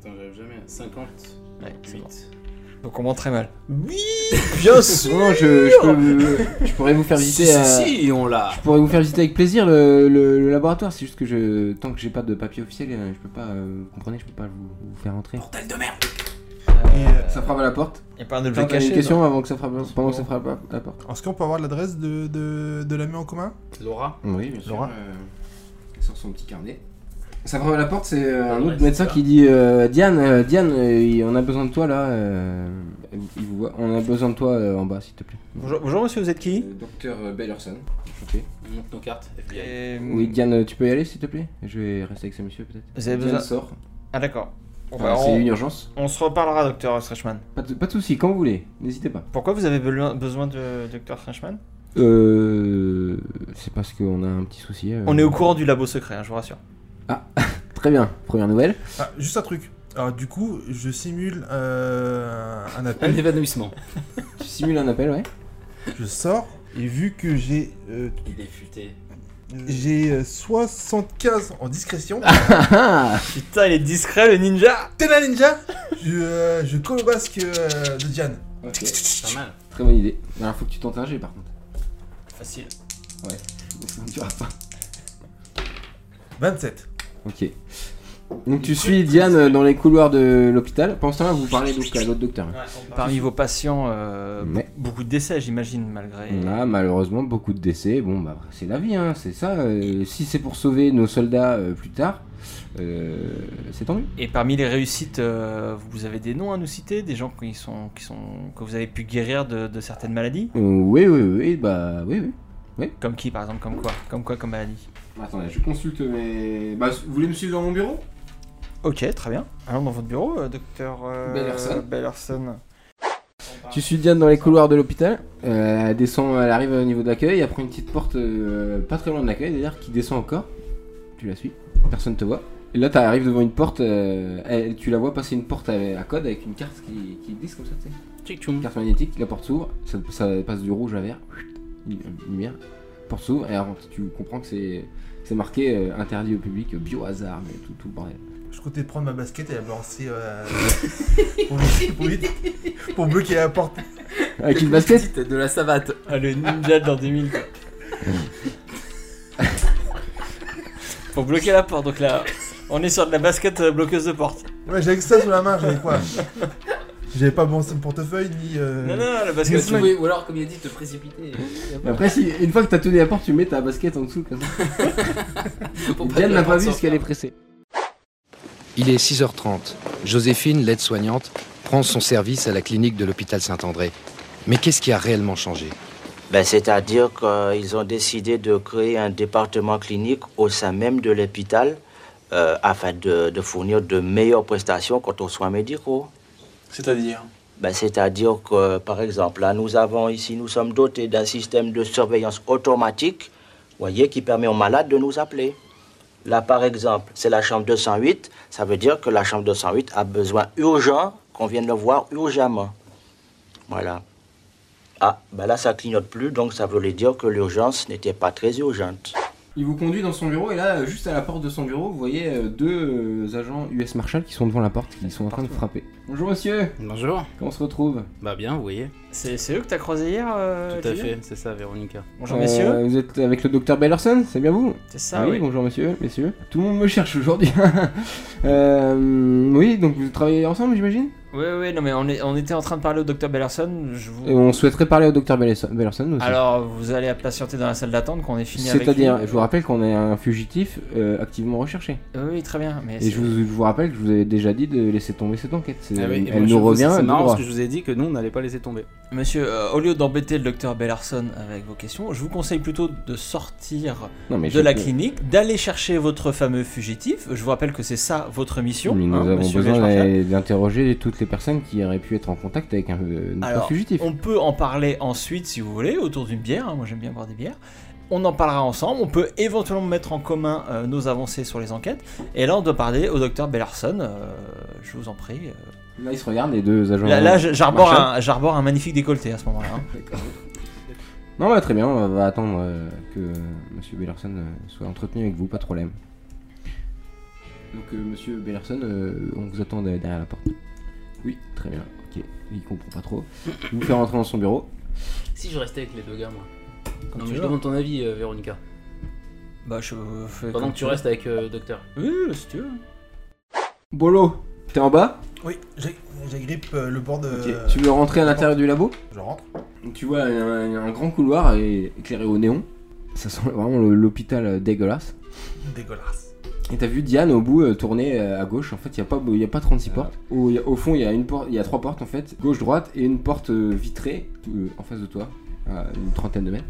Speaker 4: Attends, j'arrive jamais. à 50.
Speaker 2: Ouais, c'est
Speaker 4: 8.
Speaker 2: bon. Donc on ment très mal.
Speaker 8: Oui, bien sûr.
Speaker 1: Non, je, je, peux- je pourrais vous faire visiter.
Speaker 4: si,
Speaker 1: à-
Speaker 4: si, si, on l'a.
Speaker 1: Je pourrais vous faire visiter avec plaisir le, le- le laboratoire. C'est juste que je, tant que j'ai pas de papier officiel, euh, je peux pas. euh, vous comprenez, je peux pas vous, vous faire entrer.
Speaker 4: Bordel de merde.
Speaker 3: Et, euh,
Speaker 1: Ça frappe à la porte.
Speaker 2: Il n'y a pas un objet
Speaker 1: T'as
Speaker 2: caché.
Speaker 1: une question avant que ça frappe, pendant que ça
Speaker 8: bon.
Speaker 1: frappe à la porte.
Speaker 3: Est-ce qu'on peut avoir l'adresse de, de, de la main en commun
Speaker 4: Laura.
Speaker 1: Oui, bien
Speaker 3: sûr, Laura.
Speaker 1: elle sort Euh, son petit carnet. Ça frappe à la porte, c'est euh, un
Speaker 4: Ouais,
Speaker 1: autre
Speaker 4: c'est
Speaker 1: médecin
Speaker 4: ça.
Speaker 1: qui dit euh, Diane, euh, Diane, euh, il- on a besoin de toi là. euh, il vous voit. On a besoin de toi euh, en bas, s'il te plaît. Euh,
Speaker 2: Bonjour, bonjour, monsieur, vous êtes qui
Speaker 1: Docteur Bellerson.
Speaker 4: On monte nos cartes. FBI.
Speaker 2: Et-
Speaker 1: Oui, Diane, euh, tu peux y aller, s'il te plaît Je vais rester avec ce monsieur, peut-être.
Speaker 2: Vous avez
Speaker 1: Diane
Speaker 2: besoin-
Speaker 1: sort.
Speaker 2: Ah d'accord. Bon,
Speaker 1: Ah,
Speaker 2: bah,
Speaker 1: c'est
Speaker 2: on,
Speaker 1: une urgence.
Speaker 2: on se reparlera, docteur Strachman.
Speaker 1: Pas de, pas de soucis, quand vous voulez, n'hésitez pas.
Speaker 2: Pourquoi vous avez be- besoin de docteur Strachman
Speaker 1: Euh. C'est parce qu'on a un petit souci. euh.
Speaker 2: On est au courant du labo secret, hein, je vous rassure.
Speaker 1: Très bien, première nouvelle.
Speaker 3: Ah, juste un truc. Alors, du coup, je simule euh, un
Speaker 4: Un
Speaker 3: appel.
Speaker 4: évanouissement.
Speaker 1: Tu simules un appel, ouais
Speaker 3: Je sors, et vu que j'ai euh,
Speaker 4: Il est futé.
Speaker 3: j'ai euh, 75 en discrétion,
Speaker 1: Ah
Speaker 2: Putain, il est discret le ninja
Speaker 3: t'es la ninja Je, euh, je colle au basque euh, de Diane.
Speaker 1: Ok,
Speaker 4: Pas mal.
Speaker 1: très bonne idée. Alors faut que tu tentes un G par contre.
Speaker 2: Facile.
Speaker 1: Ça ne durera pas.
Speaker 3: 27.
Speaker 1: Ok. Donc tu suis Diane euh, dans les couloirs de l'hôpital. Pendant ce temps-là, vous parlez donc à l'autre docteur.
Speaker 2: Parmi vos patients, euh,
Speaker 1: Ouais.
Speaker 2: beaucoup de décès, j'imagine, malgré.
Speaker 1: On a malheureusement beaucoup de décès. Bon, bah, c'est la vie, hein, c'est ça. Euh, si c'est pour sauver nos soldats euh, plus tard, euh, c'est tant mieux.
Speaker 2: Et parmi les réussites, euh, vous avez des noms à nous citer, des gens qui sont, qui sont, que vous avez pu guérir de, de certaines maladies
Speaker 1: Euh, oui, oui, oui, bah, oui, oui.
Speaker 2: Comme qui, par exemple, comme quoi Comme quoi, comme maladie
Speaker 1: Attendez, je consulte mes. Bah, vous voulez me suivre dans mon bureau
Speaker 2: Ok, très bien. Allons dans votre bureau, euh, docteur
Speaker 1: Bellerson.
Speaker 2: Bellerson.
Speaker 1: Tu suis Diane dans les couloirs de l'hôpital. Euh, elle descend, elle arrive au niveau de l'accueil. Elle prend une petite porte euh, pas très loin de l'accueil d'ailleurs qui descend encore. Tu la suis. Personne te voit. Et là, t'arrives devant une porte. euh, elle- tu la vois passer une porte à, à code avec une carte qui, qui glisse comme ça, tu sais.
Speaker 4: Tchic tchoum.
Speaker 1: Carte magnétique, la porte s'ouvre, ça, ça passe du rouge à vert, une lumière, porte s'ouvre, et alors tu comprends que c'est c'est marqué euh, interdit au public, euh, biohazard, mais tout, tout le bordel.
Speaker 3: Je comptais prendre ma basket et la balancer euh, pour, pour vite, pour bloquer la porte.
Speaker 1: Avec une basket
Speaker 4: Petite de la savate.
Speaker 2: Ah, le ninja de l'an 2000, quoi. Pour bloquer la porte, donc là, on est sur de la basket euh, bloqueuse de porte.
Speaker 3: Ouais, j'avais que ça sous la main, j'avais quoi J'avais pas balancé mon portefeuille ni. euh,
Speaker 2: Non, non, la
Speaker 4: Tu
Speaker 2: basket.
Speaker 4: vois, tu pouvais- ou alors, comme il a dit, te précipiter.
Speaker 1: Et Après, si, une fois que t'as tenu la porte, tu mets ta basket en dessous comme ça. Et Diane n'a pas vu parce qu'elle est pressée.
Speaker 5: Il est 6h30. Joséphine, l'aide-soignante, prend son service à la clinique de l'hôpital Saint-André. Mais qu'est-ce qui a réellement changé
Speaker 9: Ben, C'est-à-dire qu'ils ont décidé de créer un département clinique au sein même de l'hôpital euh, afin de, de fournir de meilleures prestations quant aux soins médicaux.
Speaker 7: C'est-à-dire
Speaker 9: Ben, C'est-à-dire que, par exemple, là, nous avons ici, nous sommes dotés d'un système de surveillance automatique, voyez, qui permet aux malades de nous appeler. Là, par exemple, c'est la chambre 208, ça veut dire que la chambre 208 a besoin urgent qu'on vienne le voir urgemment. Voilà. Ah, ben là, ça clignote plus, donc ça voulait dire que l'urgence n'était pas très urgente.
Speaker 1: Il vous conduit dans son bureau, et là, juste à la porte de son bureau, vous voyez euh, deux euh, agents US Marshall qui sont devant la porte, qui sont en train de frapper. Bonjour monsieur,
Speaker 4: Bonjour.
Speaker 1: comment on se retrouve
Speaker 4: Bah bien, vous voyez.
Speaker 2: C'est c'est eux que t'as croisé hier euh,
Speaker 4: Tout à
Speaker 2: Kevin
Speaker 4: fait, c'est ça, Véronica.
Speaker 2: Bonjour,
Speaker 1: Euh,
Speaker 2: messieurs.
Speaker 1: Vous êtes avec le docteur Bellerson, c'est bien vous
Speaker 2: C'est
Speaker 1: Ah
Speaker 2: ça,
Speaker 1: oui,
Speaker 2: oui.
Speaker 1: bonjour monsieur, messieurs. Tout le monde me cherche aujourd'hui. Euh, oui, donc vous travaillez ensemble, j'imagine
Speaker 2: Oui, oui, non, mais on, est, on était en train de parler au docteur Bellerson. Je vous...
Speaker 1: Et on souhaiterait parler au docteur Bellerson Bellerson aussi.
Speaker 2: Alors, vous allez patienter dans la salle d'attente qu'on est fini avec.
Speaker 1: C'est-à-dire,
Speaker 2: lui.
Speaker 1: je vous rappelle qu'on est un fugitif euh, activement recherché.
Speaker 2: Oui, oui, très bien. Mais
Speaker 1: Et
Speaker 2: c'est-
Speaker 1: je vous, je vous rappelle que je vous avais déjà dit de laisser tomber cette enquête. C'est-
Speaker 4: Ah oui, et
Speaker 1: elle
Speaker 4: moi, je
Speaker 1: nous
Speaker 4: vous-
Speaker 1: revient
Speaker 4: C'est
Speaker 1: de
Speaker 4: marrant
Speaker 1: droit.
Speaker 4: parce que je vous ai dit que nous on n'allait pas laisser tomber.
Speaker 2: Monsieur, euh, au lieu d'embêter le docteur Bellarson avec vos questions, je vous conseille plutôt de sortir
Speaker 1: Non, mais
Speaker 2: de
Speaker 1: je
Speaker 2: la
Speaker 1: peux-
Speaker 2: clinique, d'aller chercher votre fameux fugitif. Je vous rappelle que c'est ça votre mission.
Speaker 1: Mais nous
Speaker 4: Ah,
Speaker 2: hein,
Speaker 1: avons
Speaker 2: monsieur
Speaker 1: besoin
Speaker 2: Gage-Marchal.
Speaker 1: d'a- d'interroger toutes les personnes qui auraient pu être en contact avec un, euh, notre
Speaker 2: Alors,
Speaker 1: fugitif.
Speaker 2: On peut en parler ensuite, si vous voulez, autour d'une bière. hein, Moi, j'aime bien boire des bières. On en parlera ensemble. On peut éventuellement mettre en commun euh, nos avancées sur les enquêtes. Et là, on doit parler au docteur Bellarson. euh, je vous en prie. euh.
Speaker 1: Là, ils se regardent, les deux agents.
Speaker 2: Là, là, je- j'arbore
Speaker 1: Marshall.
Speaker 2: un, j'arbore un magnifique décolleté à ce moment-là. hein.
Speaker 1: Non, bah, très bien, on va attendre euh, que euh, Monsieur Bellerson euh, soit entretenu avec vous, pas de problème. Donc, euh, Monsieur Bellerson, euh, on vous attend de- derrière la porte. Oui, très bien, ok. Il comprend pas trop. Je vous fais rentrer dans son bureau.
Speaker 4: Si je restais avec les deux gars, moi.
Speaker 2: Comme
Speaker 4: non,
Speaker 2: tu
Speaker 4: mais je
Speaker 2: veux.
Speaker 4: demande ton avis, euh, Véronica.
Speaker 2: Bah, je fais
Speaker 4: Pendant
Speaker 2: comme
Speaker 4: que tu restes avec euh, Docteur.
Speaker 2: veux. Oui, si tu veux.
Speaker 1: Bolo, t'es en bas
Speaker 3: Oui, j'ai- j'agrippe euh, le bord de.
Speaker 1: Ok. Tu veux rentrer à l'intérieur du labo
Speaker 3: Je rentre.
Speaker 1: Donc, Tu vois un, un grand couloir et- éclairé au néon. Ça sent vraiment le- l'hôpital euh, dégueulasse.
Speaker 3: Dégueulasse.
Speaker 1: Et t'as vu Diane au bout euh, tourner euh, à gauche. En fait, il n'y a, pas- y a pas 36 portes. Au, y a- au fond, il y, a une por- y a trois portes en fait. Gauche, droite et une porte euh, vitrée euh, en face de toi, à une trentaine de mètres.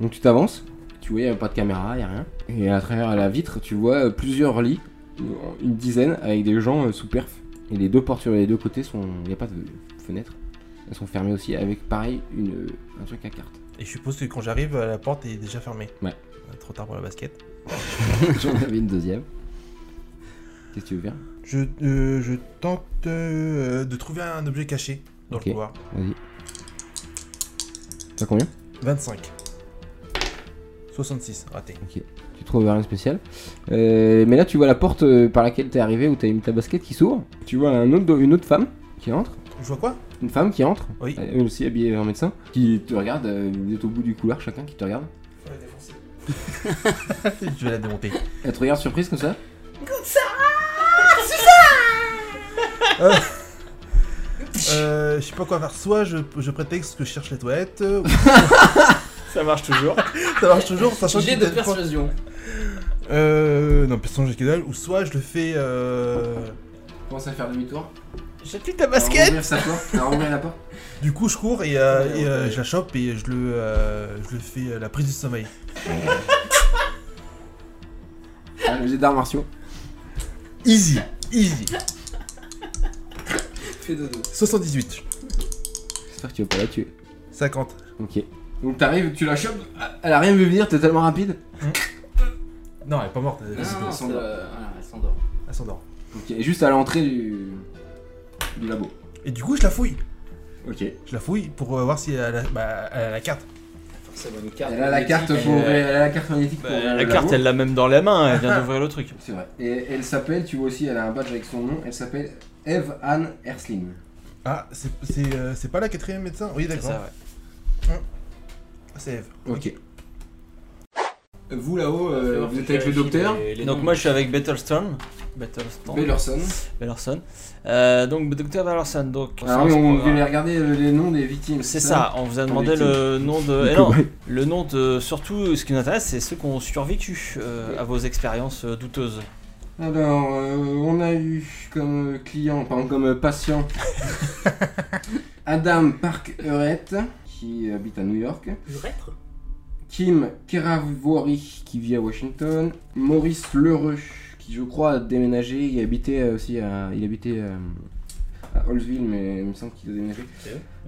Speaker 1: Donc tu t'avances. Tu vois, il n'y a pas de caméra, il n'y a rien. Et à travers la vitre, tu vois euh, plusieurs lits, euh, une dizaine, avec des gens euh, sous perf. Et les deux portes sur les deux côtés, sont, il n'y a pas de fenêtre. Elles sont fermées aussi avec pareil une, euh, un truc à carte.
Speaker 3: Et je suppose que quand j'arrive, euh, la porte est déjà fermée.
Speaker 1: Ouais.
Speaker 3: Euh, Trop tard pour la basket.
Speaker 1: J'en avais une deuxième. Qu'est-ce que tu veux faire
Speaker 3: Je, euh, je tente euh, de trouver un objet caché dans
Speaker 1: Ok.
Speaker 3: le couloir.
Speaker 1: Vas-y. T'as combien
Speaker 3: 25. 66, raté.
Speaker 1: Tu trouves rien de spécial. Euh, mais là, tu vois la porte euh, par laquelle t'es arrivé où t'as mis ta basket qui s'ouvre. Tu vois un autre, une autre femme qui entre.
Speaker 3: Je vois quoi
Speaker 1: Une femme qui entre.
Speaker 3: Oui.
Speaker 1: Elle aussi habillée en médecin. Qui te regarde. euh, vous êtes au bout du couloir, chacun qui te regarde.
Speaker 3: Je vais la démonter.
Speaker 1: Elle te regarde surprise comme ça.
Speaker 3: Euh, je sais pas quoi faire. Soit je, je prétexte que je cherche les toilettes. euh,
Speaker 2: Ça marche toujours.
Speaker 3: ça marche toujours, sachant que
Speaker 4: J'ai
Speaker 3: j'ai
Speaker 4: de
Speaker 3: peut-être pas-
Speaker 4: persuasion.
Speaker 3: Euh. Non, personne, j'ai que dalle. Ou soit je le fais. Euh...
Speaker 1: Commence à faire demi-tour.
Speaker 2: J'appuie ta
Speaker 1: À
Speaker 2: basket.
Speaker 1: ouvrir sa porte. à ouvrir la porte.
Speaker 3: Du coup, je cours et, euh, et, euh, je la chope et je le, euh, je le fais euh, la prise du sommeil.
Speaker 1: Ah, J'ai d'arts martiaux.
Speaker 3: Easy, easy.
Speaker 4: Fais dodo.
Speaker 3: 78,
Speaker 1: J'espère que tu vas pas la tuer.
Speaker 3: 50.
Speaker 1: Ok. Donc t'arrives, tu la chopes. ah, Elle a rien vu venir, t'es tellement rapide.
Speaker 3: Non, elle est pas morte. Elle,
Speaker 4: Non,
Speaker 3: elle
Speaker 4: non,
Speaker 1: Elle s'endort.
Speaker 4: euh, voilà, elle s'endort.
Speaker 3: elle s'endort.
Speaker 1: Ok. Et juste à l'entrée du. du labo.
Speaker 3: Et du coup, je la fouille.
Speaker 1: Ok.
Speaker 3: Je la fouille pour euh, voir si elle a la, bah, elle a la carte.
Speaker 4: Forcément, une carte.
Speaker 1: Elle a la carte pour ouvrir- elle a la carte magnétique pour ouvrir
Speaker 2: Euh, Bah, la
Speaker 1: le
Speaker 2: carte,
Speaker 1: labo.
Speaker 2: elle l'a même dans la main. Elle vient d'ouvrir le truc.
Speaker 1: C'est vrai. Et elle s'appelle, tu vois aussi, elle a un badge avec son nom, elle s'appelle Eve Anne Ersling.
Speaker 3: Ah, c'est c'est, euh, c'est pas la quatrième médecin Oui,
Speaker 2: C'est
Speaker 3: d'accord.
Speaker 2: ça, ouais.
Speaker 3: Ah, C'est Eve.
Speaker 1: Ok. Vous là-haut,
Speaker 4: Faut
Speaker 1: euh,
Speaker 4: faire
Speaker 1: vous êtes avec
Speaker 4: vérifier
Speaker 1: le docteur,
Speaker 4: euh, les- les
Speaker 2: Donc
Speaker 4: noms.
Speaker 2: moi je suis avec Battlestorm. Battlestorm.
Speaker 1: Bellerson.
Speaker 2: Bellerson. Euh, donc docteur Bellerson. Donc
Speaker 1: Ah oui, on voulait regarder euh, les noms des victimes.
Speaker 2: c'est ça, on vous a demandé
Speaker 1: victime.
Speaker 2: le nom de.
Speaker 1: Les
Speaker 2: eh non,
Speaker 1: cobayes.
Speaker 2: le nom de. Surtout, ce qui nous intéresse, c'est ceux qui ont survécu euh,
Speaker 1: Oui.
Speaker 2: à vos expériences euh, douteuses.
Speaker 1: Alors, euh, on a eu comme euh, client, pardon, comme euh, patient, Adam Park Eurette, qui habite à New York.
Speaker 4: Urètre
Speaker 1: Kim Keravori qui vit à Washington, Maurice Lheureux qui je crois a déménagé, il habitait euh, aussi à, il habitait euh, à Hallsville mais il me semble qu'il a déménagé.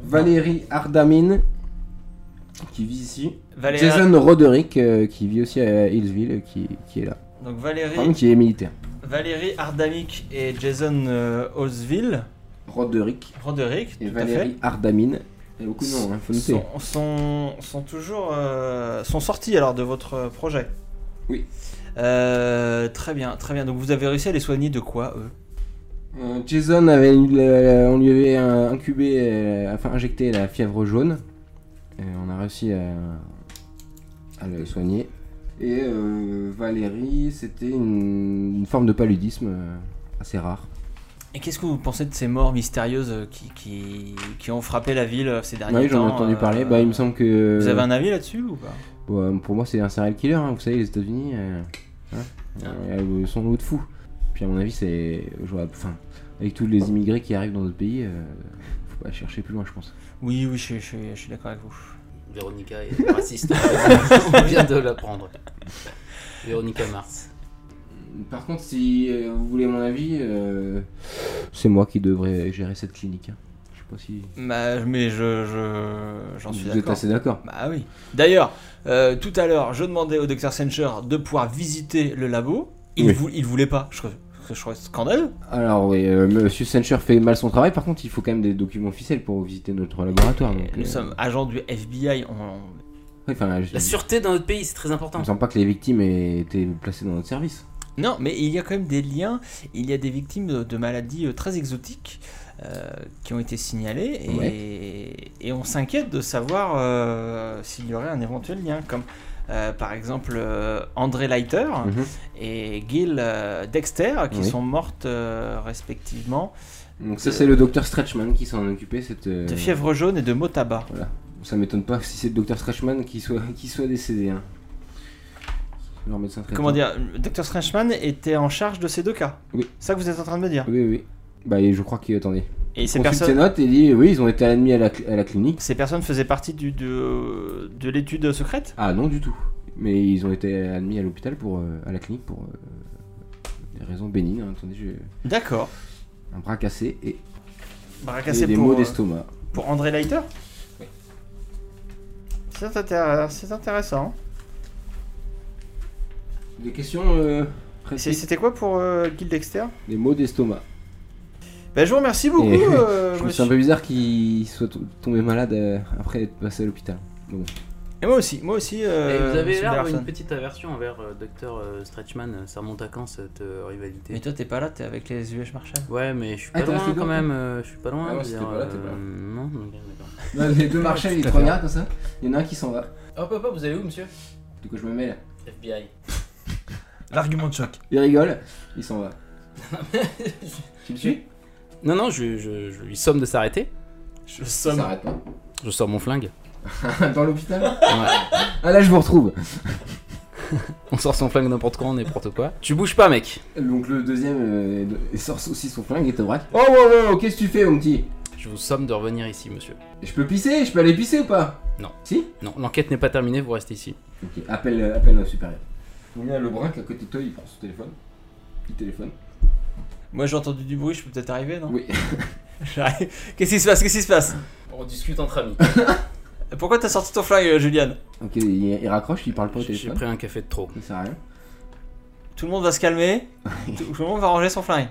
Speaker 1: Valérie Ardamine qui vit ici,
Speaker 2: Valérie.
Speaker 1: Jason Roderick euh, qui vit aussi à Hillsville euh, qui, qui est là,
Speaker 2: Donc Valérie,
Speaker 1: Pardon, qui est militaire.
Speaker 2: Valérie Ardamic et Jason euh, Osville,
Speaker 1: Roderick
Speaker 2: Roderick,
Speaker 1: et
Speaker 2: tout à fait.
Speaker 1: Valérie Ardamine, il y a beaucoup de noms, hein, faut noter.
Speaker 2: sont, sont, sont toujours euh, sont sortis alors de votre euh, projet.
Speaker 1: Oui.
Speaker 2: Euh, très bien, très bien. Donc vous avez réussi à les soigner de quoi eux
Speaker 1: Euh, Jason avait, eu la- on lui avait euh, incubé, euh, enfin injecté la fièvre jaune. Et on a réussi à, à le soigner. Et euh, Valérie, c'était une, une forme de paludisme euh, assez rare.
Speaker 2: Et qu'est-ce que vous pensez de ces morts mystérieuses euh, qui, qui, qui ont frappé la ville euh, ces derniers
Speaker 1: oui, j'en ai
Speaker 2: temps
Speaker 1: entendu
Speaker 2: euh,
Speaker 1: parler. Bah, il me semble que.
Speaker 2: Vous avez un avis là-dessus ou pas
Speaker 1: Bon, pour moi, c'est un serial killer. hein. Vous savez, les États-Unis, euh, hein,
Speaker 2: Ah.
Speaker 1: euh, ils sont l'eau de fous. Puis à mon avis, c'est, je vois- enfin, avec tous les immigrés qui arrivent dans notre pays, euh, faut faut pas chercher plus loin, je pense.
Speaker 2: Oui, oui, je, je- je suis d'accord avec vous.
Speaker 4: Véronica est raciste. On vient de l'apprendre. Véronica Mars.
Speaker 1: Par contre, si euh, vous voulez mon avis, euh, c'est moi qui devrais gérer cette clinique. hein. Je sais pas si
Speaker 2: Bah, mais je, je- j'en suis
Speaker 1: vous êtes
Speaker 2: d'accord.
Speaker 1: assez d'accord.
Speaker 2: Bah oui. D'ailleurs, euh, tout à l'heure, je demandais au docteur Sencher de pouvoir visiter le labo. Il,
Speaker 1: Oui.
Speaker 2: vou- il voulait pas. Je, je, je trouvais scandaleux.
Speaker 1: Alors oui, euh, Monsieur Sencher fait mal son travail. Par contre, il faut quand même des documents officiels pour visiter notre laboratoire. Donc,
Speaker 2: Nous
Speaker 1: euh,
Speaker 2: sommes agents du FBI. on- on-
Speaker 1: oui, enfin, je-
Speaker 4: La sûreté dans notre pays, c'est très
Speaker 1: il
Speaker 4: important.
Speaker 1: me semble pas que les victimes aient été placées dans notre service.
Speaker 2: Non, mais il y a quand même des liens. Il y a des victimes de, de maladies euh, très exotiques euh, qui ont été signalées. Et, et on s'inquiète de savoir euh, s'il y aurait un éventuel lien. Comme euh, par exemple euh, André Leiter.
Speaker 1: Mhm.
Speaker 2: et Gil euh, Dexter qui
Speaker 1: Oui.
Speaker 2: sont mortes euh, respectivement
Speaker 1: Donc ça, c'est le docteur Stretchman qui s'en occupait. Cette, euh,
Speaker 2: de fièvre jaune et de mot tabac.
Speaker 1: Ça m'étonne pas si c'est le docteur Stretchman qui soit, qui soit décédé. hein. Leur médecin traitant.
Speaker 2: Comment dire, Dr. Strangeman était en charge de ces deux cas.
Speaker 1: Oui.
Speaker 2: C'est ça que vous êtes en train de me dire.
Speaker 1: Oui, oui. Bah, et je crois qu'il attendez.
Speaker 2: Et ces
Speaker 1: Consulte ses
Speaker 2: personnes,
Speaker 1: notes et dit oui, ils ont été admis à la, cl- à la clinique.
Speaker 2: ces personnes faisaient partie du, de, de l'étude secrète
Speaker 1: Ah non, du tout. Mais ils ont été admis à l'hôpital pour euh, à la clinique pour euh, des raisons bénignes. hein. Attendez, j'ai
Speaker 2: D'accord.
Speaker 1: un bras cassé et,
Speaker 2: Bras
Speaker 1: et
Speaker 2: cassé
Speaker 1: des
Speaker 2: pour,
Speaker 1: maux
Speaker 2: euh,
Speaker 1: d'estomac.
Speaker 2: pour André Leiter C'est intér- c'est intéressant.
Speaker 1: Des questions euh,
Speaker 2: C'est-
Speaker 1: précises.
Speaker 2: C'était quoi pour euh, Gil Dexter
Speaker 1: Des maux d'estomac.
Speaker 2: ben, Je vous remercie beaucoup.
Speaker 1: Et-
Speaker 2: euh,
Speaker 1: je trouve c'est
Speaker 2: monsieur.
Speaker 1: un peu bizarre qu'il soit to- tombé malade euh, après être passé à l'hôpital.
Speaker 2: Et moi aussi. Moi aussi euh,
Speaker 4: Et Eh, vous avez
Speaker 2: monsieur
Speaker 4: l'air
Speaker 2: Larson.
Speaker 4: une petite aversion envers euh, Dr euh, Stretchman. euh, Ça remonte à quand cette euh, rivalité
Speaker 2: Mais toi, t'es pas là, t'es avec les UH Marshall.
Speaker 4: Ouais, mais je suis
Speaker 1: Ah,
Speaker 4: pas
Speaker 1: t'as
Speaker 4: loin
Speaker 1: fait
Speaker 4: quand
Speaker 1: quoi,
Speaker 4: même. euh, je suis pas loin.
Speaker 1: Ah ouais,
Speaker 4: je veux
Speaker 1: si t'es
Speaker 4: dire,
Speaker 1: pas là, t'es pas là.
Speaker 4: euh, Non, donc, d'accord.
Speaker 1: les deux marchent, ils te regardent comme ça. Il y en a un qui s'en va.
Speaker 4: Hop, hop, hop, vous allez où, monsieur
Speaker 1: Du coup, je me mets là.
Speaker 4: FBI.
Speaker 3: L'argument de choc.
Speaker 1: Il rigole, il s'en va. tu me suis
Speaker 4: Non, non, je, je- je lui somme de s'arrêter.
Speaker 2: Je
Speaker 1: Ça
Speaker 2: somme.
Speaker 1: s'arrête pas.
Speaker 4: Je sors mon flingue.
Speaker 1: Dans l'hôpital Ah là, je vous retrouve.
Speaker 4: On sort son flingue n'importe quand, n'importe quoi. Tu bouges pas, mec.
Speaker 1: Donc le deuxième euh, il sort aussi son flingue et te braque. Oh wow wow, qu'est-ce que tu fais mon petit
Speaker 4: Je vous somme de revenir ici, monsieur.
Speaker 1: Je peux pisser Je peux aller pisser ou pas
Speaker 4: Non.
Speaker 1: Si
Speaker 4: Non, l'enquête n'est pas terminée, vous restez ici.
Speaker 1: Ok, appelle, euh, appelle notre supérieur. On y a le braque à côté de toi, il prend son téléphone. Il téléphone.
Speaker 2: Moi j'ai entendu du bruit, je peux peut-être arriver, non
Speaker 1: Oui.
Speaker 2: J'arrive. Qu'est-ce qui se passe Qu'est-ce qui se passe
Speaker 4: On discute entre amis.
Speaker 2: Pourquoi t'as sorti ton flingue, euh, Juliane
Speaker 1: Ok, il, il raccroche, il parle pas au
Speaker 4: J'ai
Speaker 1: téléphone.
Speaker 4: pris un café de trop.
Speaker 1: Ça sert à rien.
Speaker 2: Tout le monde va se calmer. Tout tout le monde va ranger son flingue.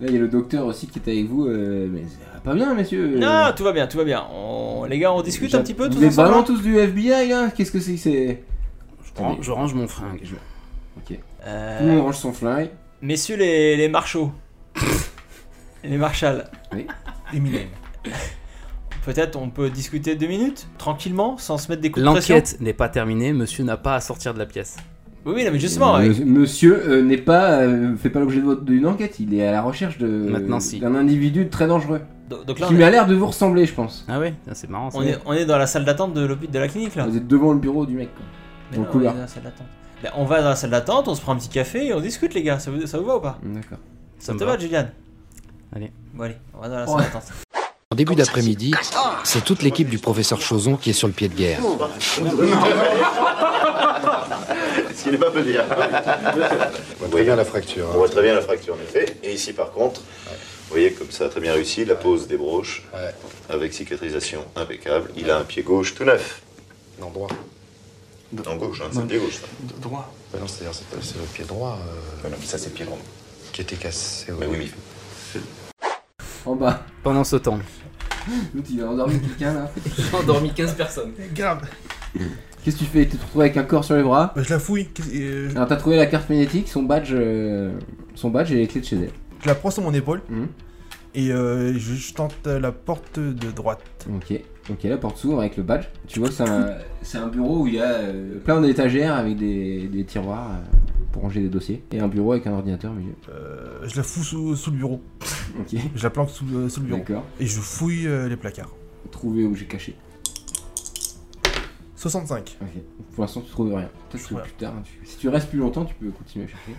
Speaker 1: Là, il y a le docteur aussi qui est avec vous. euh, mais ça va pas bien, messieurs.
Speaker 2: Non, tout va bien, tout va bien. On- Les gars, on discute un petit peu tous
Speaker 1: Vous êtes
Speaker 2: ensemble.
Speaker 1: vraiment tous du FBI là hein. Qu'est-ce que c'est que c'est
Speaker 4: Je,
Speaker 1: Attendez.
Speaker 4: range- je range mon fringue.
Speaker 1: Je- Ok.
Speaker 2: Euh,
Speaker 1: Tout le monde range son flingue.
Speaker 2: Messieurs les, les marchaux. les marshals.
Speaker 3: Eminem.
Speaker 2: Peut-être on peut discuter deux minutes, tranquillement, sans se mettre des coups de pression.
Speaker 4: L'enquête n'est pas terminée, monsieur n'a pas à sortir de la pièce.
Speaker 2: Oui, oui, non, mais justement,
Speaker 1: Euh,
Speaker 2: euh,
Speaker 1: Monsieur euh, n'est pas, euh, fait pas l'objet de votre- d'une enquête. Il est à la recherche de
Speaker 4: Maintenant, si.
Speaker 1: d'un individu très dangereux
Speaker 2: do- donc là,
Speaker 1: qui
Speaker 2: on
Speaker 1: m'a
Speaker 2: est,
Speaker 1: l'air de vous ressembler, je pense.
Speaker 4: Ah ouais, ah, c'est marrant ça.
Speaker 2: on est- on est dans la salle d'attente de l'hôpital de la clinique là.
Speaker 1: Vous êtes devant le bureau du mec. quoi.
Speaker 2: Ah. Mais
Speaker 1: Dans le
Speaker 2: non,
Speaker 1: couloir.
Speaker 2: on est dans la salle d'attente. Ben, on va dans la salle d'attente, on se prend un petit café et on discute, les gars. Ça vous, ça vous va ou pas
Speaker 1: D'accord.
Speaker 2: Ça,
Speaker 4: me
Speaker 2: te
Speaker 4: va.
Speaker 2: va, Juliane
Speaker 4: Allez.
Speaker 2: Bon, allez, on va dans la
Speaker 1: Ouais.
Speaker 2: salle d'attente.
Speaker 5: En début d'après-midi, c'est toute l'équipe du professeur Choson qui est sur le pied de guerre.
Speaker 6: Ce qui n'est pas peu dire.
Speaker 7: On voit très bien la fracture. hein.
Speaker 6: On voit très bien la fracture en effet. Et ici par contre, vous voyez comme ça, très bien réussi, la pose des broches,
Speaker 7: Ouais.
Speaker 6: avec cicatrisation impeccable. Il a un pied gauche tout neuf.
Speaker 7: Non, droit.
Speaker 6: En gauche, hein, c'est le pied gauche. ça.
Speaker 7: Droit bah Non, c'est-à-dire, c'est pas- c'est le pied droit euh,
Speaker 6: Ah non, ça c'est le pied droit.
Speaker 7: qui était cassé.
Speaker 6: Mais oui,
Speaker 1: En bas.
Speaker 4: Pendant ce temps,
Speaker 1: L'autre il a endormi quelqu'un là.
Speaker 4: j'ai endormi 15 personnes.
Speaker 3: Grave.
Speaker 1: Qu'est-ce que tu fais Tu te retrouves avec un corps sur les bras.
Speaker 3: Bah, je la fouille. Qu'est-ce- et, euh,
Speaker 1: Alors t'as trouvé la carte magnétique, son badge, euh, son badge et les clés de chez elle.
Speaker 3: Je la prends sur mon épaule
Speaker 1: Mhm.
Speaker 3: et euh, je, je tente la porte de droite.
Speaker 1: Ok. Ok, la porte s'ouvre avec le badge. Tu vois que c'est un, c'est un bureau où il y a euh, plein d'étagères avec des, des tiroirs euh, pour ranger des dossiers et un bureau avec un ordinateur au milieu.
Speaker 3: Euh, je la fous sous, sous le bureau.
Speaker 1: Ok.
Speaker 3: Je la planque sous, le- sous le bureau.
Speaker 1: D'accord.
Speaker 3: Et je fouille euh, les placards.
Speaker 1: Trouver objet caché.
Speaker 3: 65.
Speaker 1: Ok. Pour l'instant, tu trouves rien. Peut-être que
Speaker 3: Voilà.
Speaker 1: plus tard, hein, tu- si tu restes plus longtemps, tu peux continuer à chercher.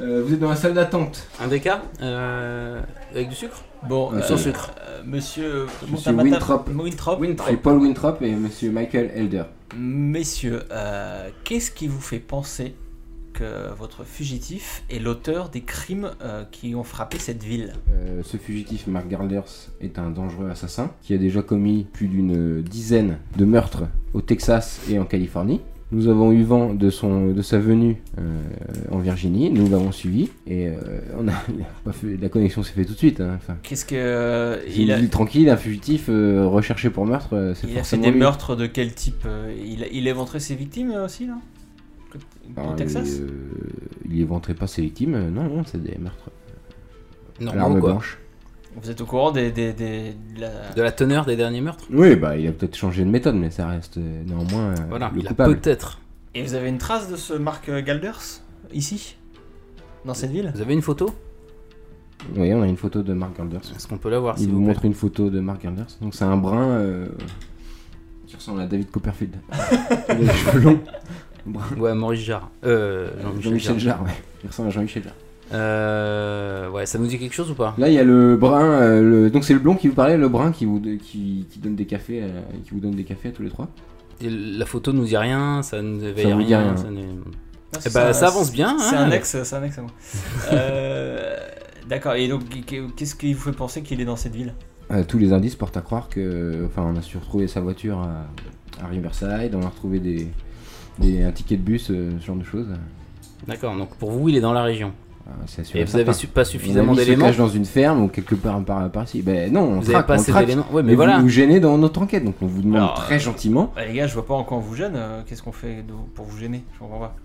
Speaker 1: Euh, vous êtes dans la salle d'attente.
Speaker 4: Un déca euh, Avec du sucre
Speaker 2: Bon,
Speaker 1: Euh,
Speaker 2: euh,
Speaker 1: sans sucre.
Speaker 2: euh, monsieur
Speaker 1: Monsieur
Speaker 2: Montabata-
Speaker 1: Winthrop.
Speaker 2: Wintrop.
Speaker 1: C'est Paul Winthrop et Monsieur Michael Elder.
Speaker 2: Messieurs, euh, qu'est-ce qui vous fait penser que votre fugitif est l'auteur des crimes euh, qui ont frappé cette ville
Speaker 1: Euh, ce fugitif, Mark Garders, est un dangereux assassin qui a déjà commis plus d'une dizaine de meurtres au Texas et en Californie. Nous avons eu vent de, son, de sa venue euh, en Virginie, nous l'avons suivi et euh, on a, il a pas fait- la connexion s'est faite tout de suite. hein, enfin,
Speaker 2: Qu'est-ce que euh,
Speaker 1: il
Speaker 2: il a,
Speaker 1: est tranquille, un fugitif euh, recherché pour meurtre, euh, c'est
Speaker 2: il a fait
Speaker 1: forcément
Speaker 2: des
Speaker 1: lui.
Speaker 2: meurtres de quel type euh, Il a il a éventré ses victimes euh, aussi là Au
Speaker 1: Alors,
Speaker 2: Texas
Speaker 1: euh, il éventrait pas ses victimes, euh, non, non, c'est des meurtres. à
Speaker 4: Normal,
Speaker 1: L'arme
Speaker 4: quoi.
Speaker 1: blanche.
Speaker 2: Vous êtes au courant des, des, des- de la-
Speaker 4: De la teneur des derniers meurtres
Speaker 1: Oui, bah il a peut-être changé de méthode, mais ça reste euh, néanmoins euh,
Speaker 4: Voilà,
Speaker 1: le
Speaker 4: il a
Speaker 1: coupable.
Speaker 4: peut-être.
Speaker 2: Et vous avez une trace de ce Mark Galders ici Dans cette ville
Speaker 4: Vous avez une photo
Speaker 1: Oui, on a une photo de Mark Ganders.
Speaker 4: Est-ce qu'on peut la voir,
Speaker 1: Il
Speaker 4: Ah, s'il
Speaker 1: vous
Speaker 4: vous plaît
Speaker 1: montre une photo de Mark Anders. Donc c'est un brun euh, qui ressemble à David Copperfield. Il a les cheveux longs. Brun.
Speaker 4: Ouais, Maurice Jarre. Euh, Jean-Michel
Speaker 1: Jean-Michel
Speaker 4: Jarre.
Speaker 1: Jarre, ouais. Il ressemble à Jean-Michel Jarre.
Speaker 4: Euh, ouais, ça nous dit quelque chose ou pas
Speaker 1: Là, il y a le brun. euh, le- Donc c'est le blond qui vous parlait, le brun qui vous qui, qui donne des cafés, euh, qui vous donne des cafés à tous les trois.
Speaker 4: Et La photo nous dit rien, ça ne éveille
Speaker 1: Ça vous
Speaker 4: rien.
Speaker 1: dit rien.
Speaker 4: ça ne-
Speaker 2: Non,
Speaker 4: Eh
Speaker 2: c'est
Speaker 4: bah,
Speaker 2: un-
Speaker 4: ça avance bien,
Speaker 2: C'est
Speaker 4: hein.
Speaker 2: un ex, c'est un ex à moi. Euh, D'accord, et donc qu'est-ce qui vous fait penser qu'il est dans cette ville
Speaker 1: Euh, tous les indices portent à croire que. Enfin, on a su retrouver sa voiture à, à Riverside, on a retrouvé des, des- un ticket de bus, euh, ce genre de choses.
Speaker 4: D'accord, donc pour vous, il est dans la région.
Speaker 1: Ah, c'est assuré
Speaker 4: Et vous
Speaker 1: certain.
Speaker 4: avez su- pas suffisamment
Speaker 1: On a mis ce
Speaker 4: d'éléments
Speaker 1: cache dans une ferme ou quelque part par, par ici. Ben non, on
Speaker 4: Vous
Speaker 1: traque,
Speaker 4: avez pas
Speaker 1: on
Speaker 4: assez
Speaker 1: traque.
Speaker 4: d'éléments Ouais,
Speaker 1: Mais
Speaker 4: mais voilà. Ah.
Speaker 1: vous nous gênez dans notre enquête, donc on vous demande
Speaker 2: Alors,
Speaker 1: très gentiment.
Speaker 2: Bah, les gars, je vois pas en quoi on vous gêne. euh, Qu'est-ce qu'on fait de- pour vous gêner Je comprends pas.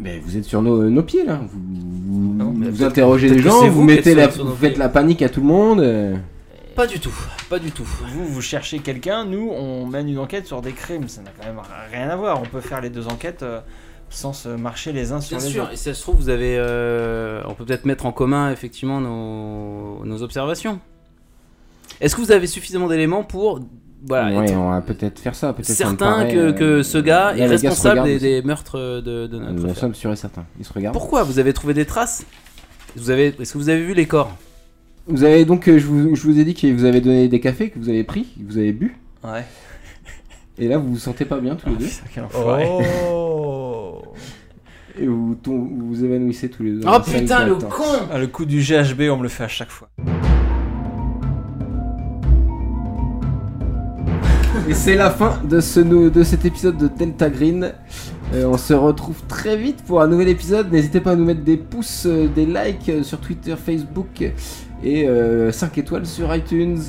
Speaker 1: Mais Ben, vous êtes sur nos, nos pieds là. Vous, vous-
Speaker 2: Ah bon,
Speaker 1: vous
Speaker 4: mais peut-être-
Speaker 1: interrogez les
Speaker 4: peut-être que
Speaker 1: gens,
Speaker 4: c'est
Speaker 1: vous,
Speaker 4: vous qui
Speaker 1: mettez
Speaker 4: êtes
Speaker 1: la,
Speaker 4: sur- sur
Speaker 1: vous
Speaker 4: nos
Speaker 1: faites
Speaker 4: pieds.
Speaker 1: la panique à tout le monde. euh.
Speaker 4: Pas du tout, pas du tout.
Speaker 2: Vous, vous cherchez quelqu'un, nous, on mène une enquête sur des crimes. Ça n'a quand même rien à voir. On peut faire les deux enquêtes euh, sans se marcher les uns sur
Speaker 4: Bien
Speaker 2: les
Speaker 4: sûr,
Speaker 2: autres.
Speaker 4: et si ça se trouve, vous avez. euh, on peut peut-être mettre en commun effectivement nos, nos observations. Est-ce que vous avez suffisamment d'éléments pour. Voilà,
Speaker 1: Ouais,
Speaker 4: être
Speaker 1: on va peut-être faire ça. Peut-être ça me
Speaker 4: certain
Speaker 1: paraît,
Speaker 4: Ah, que,
Speaker 1: euh,
Speaker 4: que ce
Speaker 1: là,
Speaker 4: gars
Speaker 1: les
Speaker 4: est
Speaker 1: se
Speaker 4: responsable
Speaker 1: regardent Euh,
Speaker 4: des,
Speaker 1: aussi.
Speaker 4: des meurtres de, de notre
Speaker 1: Nous en
Speaker 4: affaire
Speaker 1: sommes sûrs et certains. Ils se regardent.
Speaker 4: Pourquoi Vous avez trouvé des traces vous avez, Est-ce que vous avez vu les corps
Speaker 1: Vous avez donc, euh, je vous, je vous ai dit que vous avez donné des cafés, que vous avez pris, que vous avez bu.
Speaker 2: Ouais.
Speaker 1: Et là, vous vous sentez pas bien tous
Speaker 4: Ah.
Speaker 1: les deux.
Speaker 2: Putain, quel enfoiré.
Speaker 3: Oh
Speaker 1: Et vous, tom- vous vous évanouissez tous les deux. dans
Speaker 4: Oh
Speaker 1: la salle
Speaker 4: putain, le
Speaker 1: d'attente.
Speaker 4: con
Speaker 2: Ah, le coup du GHB, on me le fait à chaque fois.
Speaker 1: Et c'est la fin de, ce, nou- de cet épisode de Delta Green. Euh, on se retrouve très vite pour un nouvel épisode. N'hésitez pas à nous mettre des pouces, euh, des likes euh, sur Twitter, Facebook et 5 étoiles sur iTunes.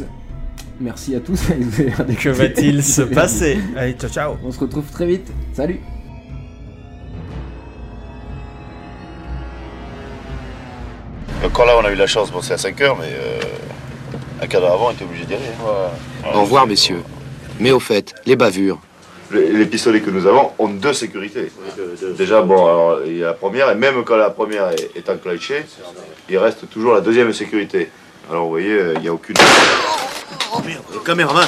Speaker 1: Merci à tous.
Speaker 2: Que va-t-il se passer
Speaker 3: Oh. Allez, ciao, ciao
Speaker 1: On se retrouve très vite. Salut
Speaker 6: Encore là, on a eu la chance, bon, c'est à 5 heures, mais euh, un quart d'heure avant, on était obligé d'y aller. hein.
Speaker 5: Au revoir, messieurs. Mais au fait, les bavures.
Speaker 6: Les, les pistolets que nous avons ont deux sécurités. Déjà, bon, alors, il y a la première, et même quand la première est, est enclenchée, il reste toujours la deuxième sécurité. Alors, vous voyez, euh, il n'y a aucune.
Speaker 7: Le caméraman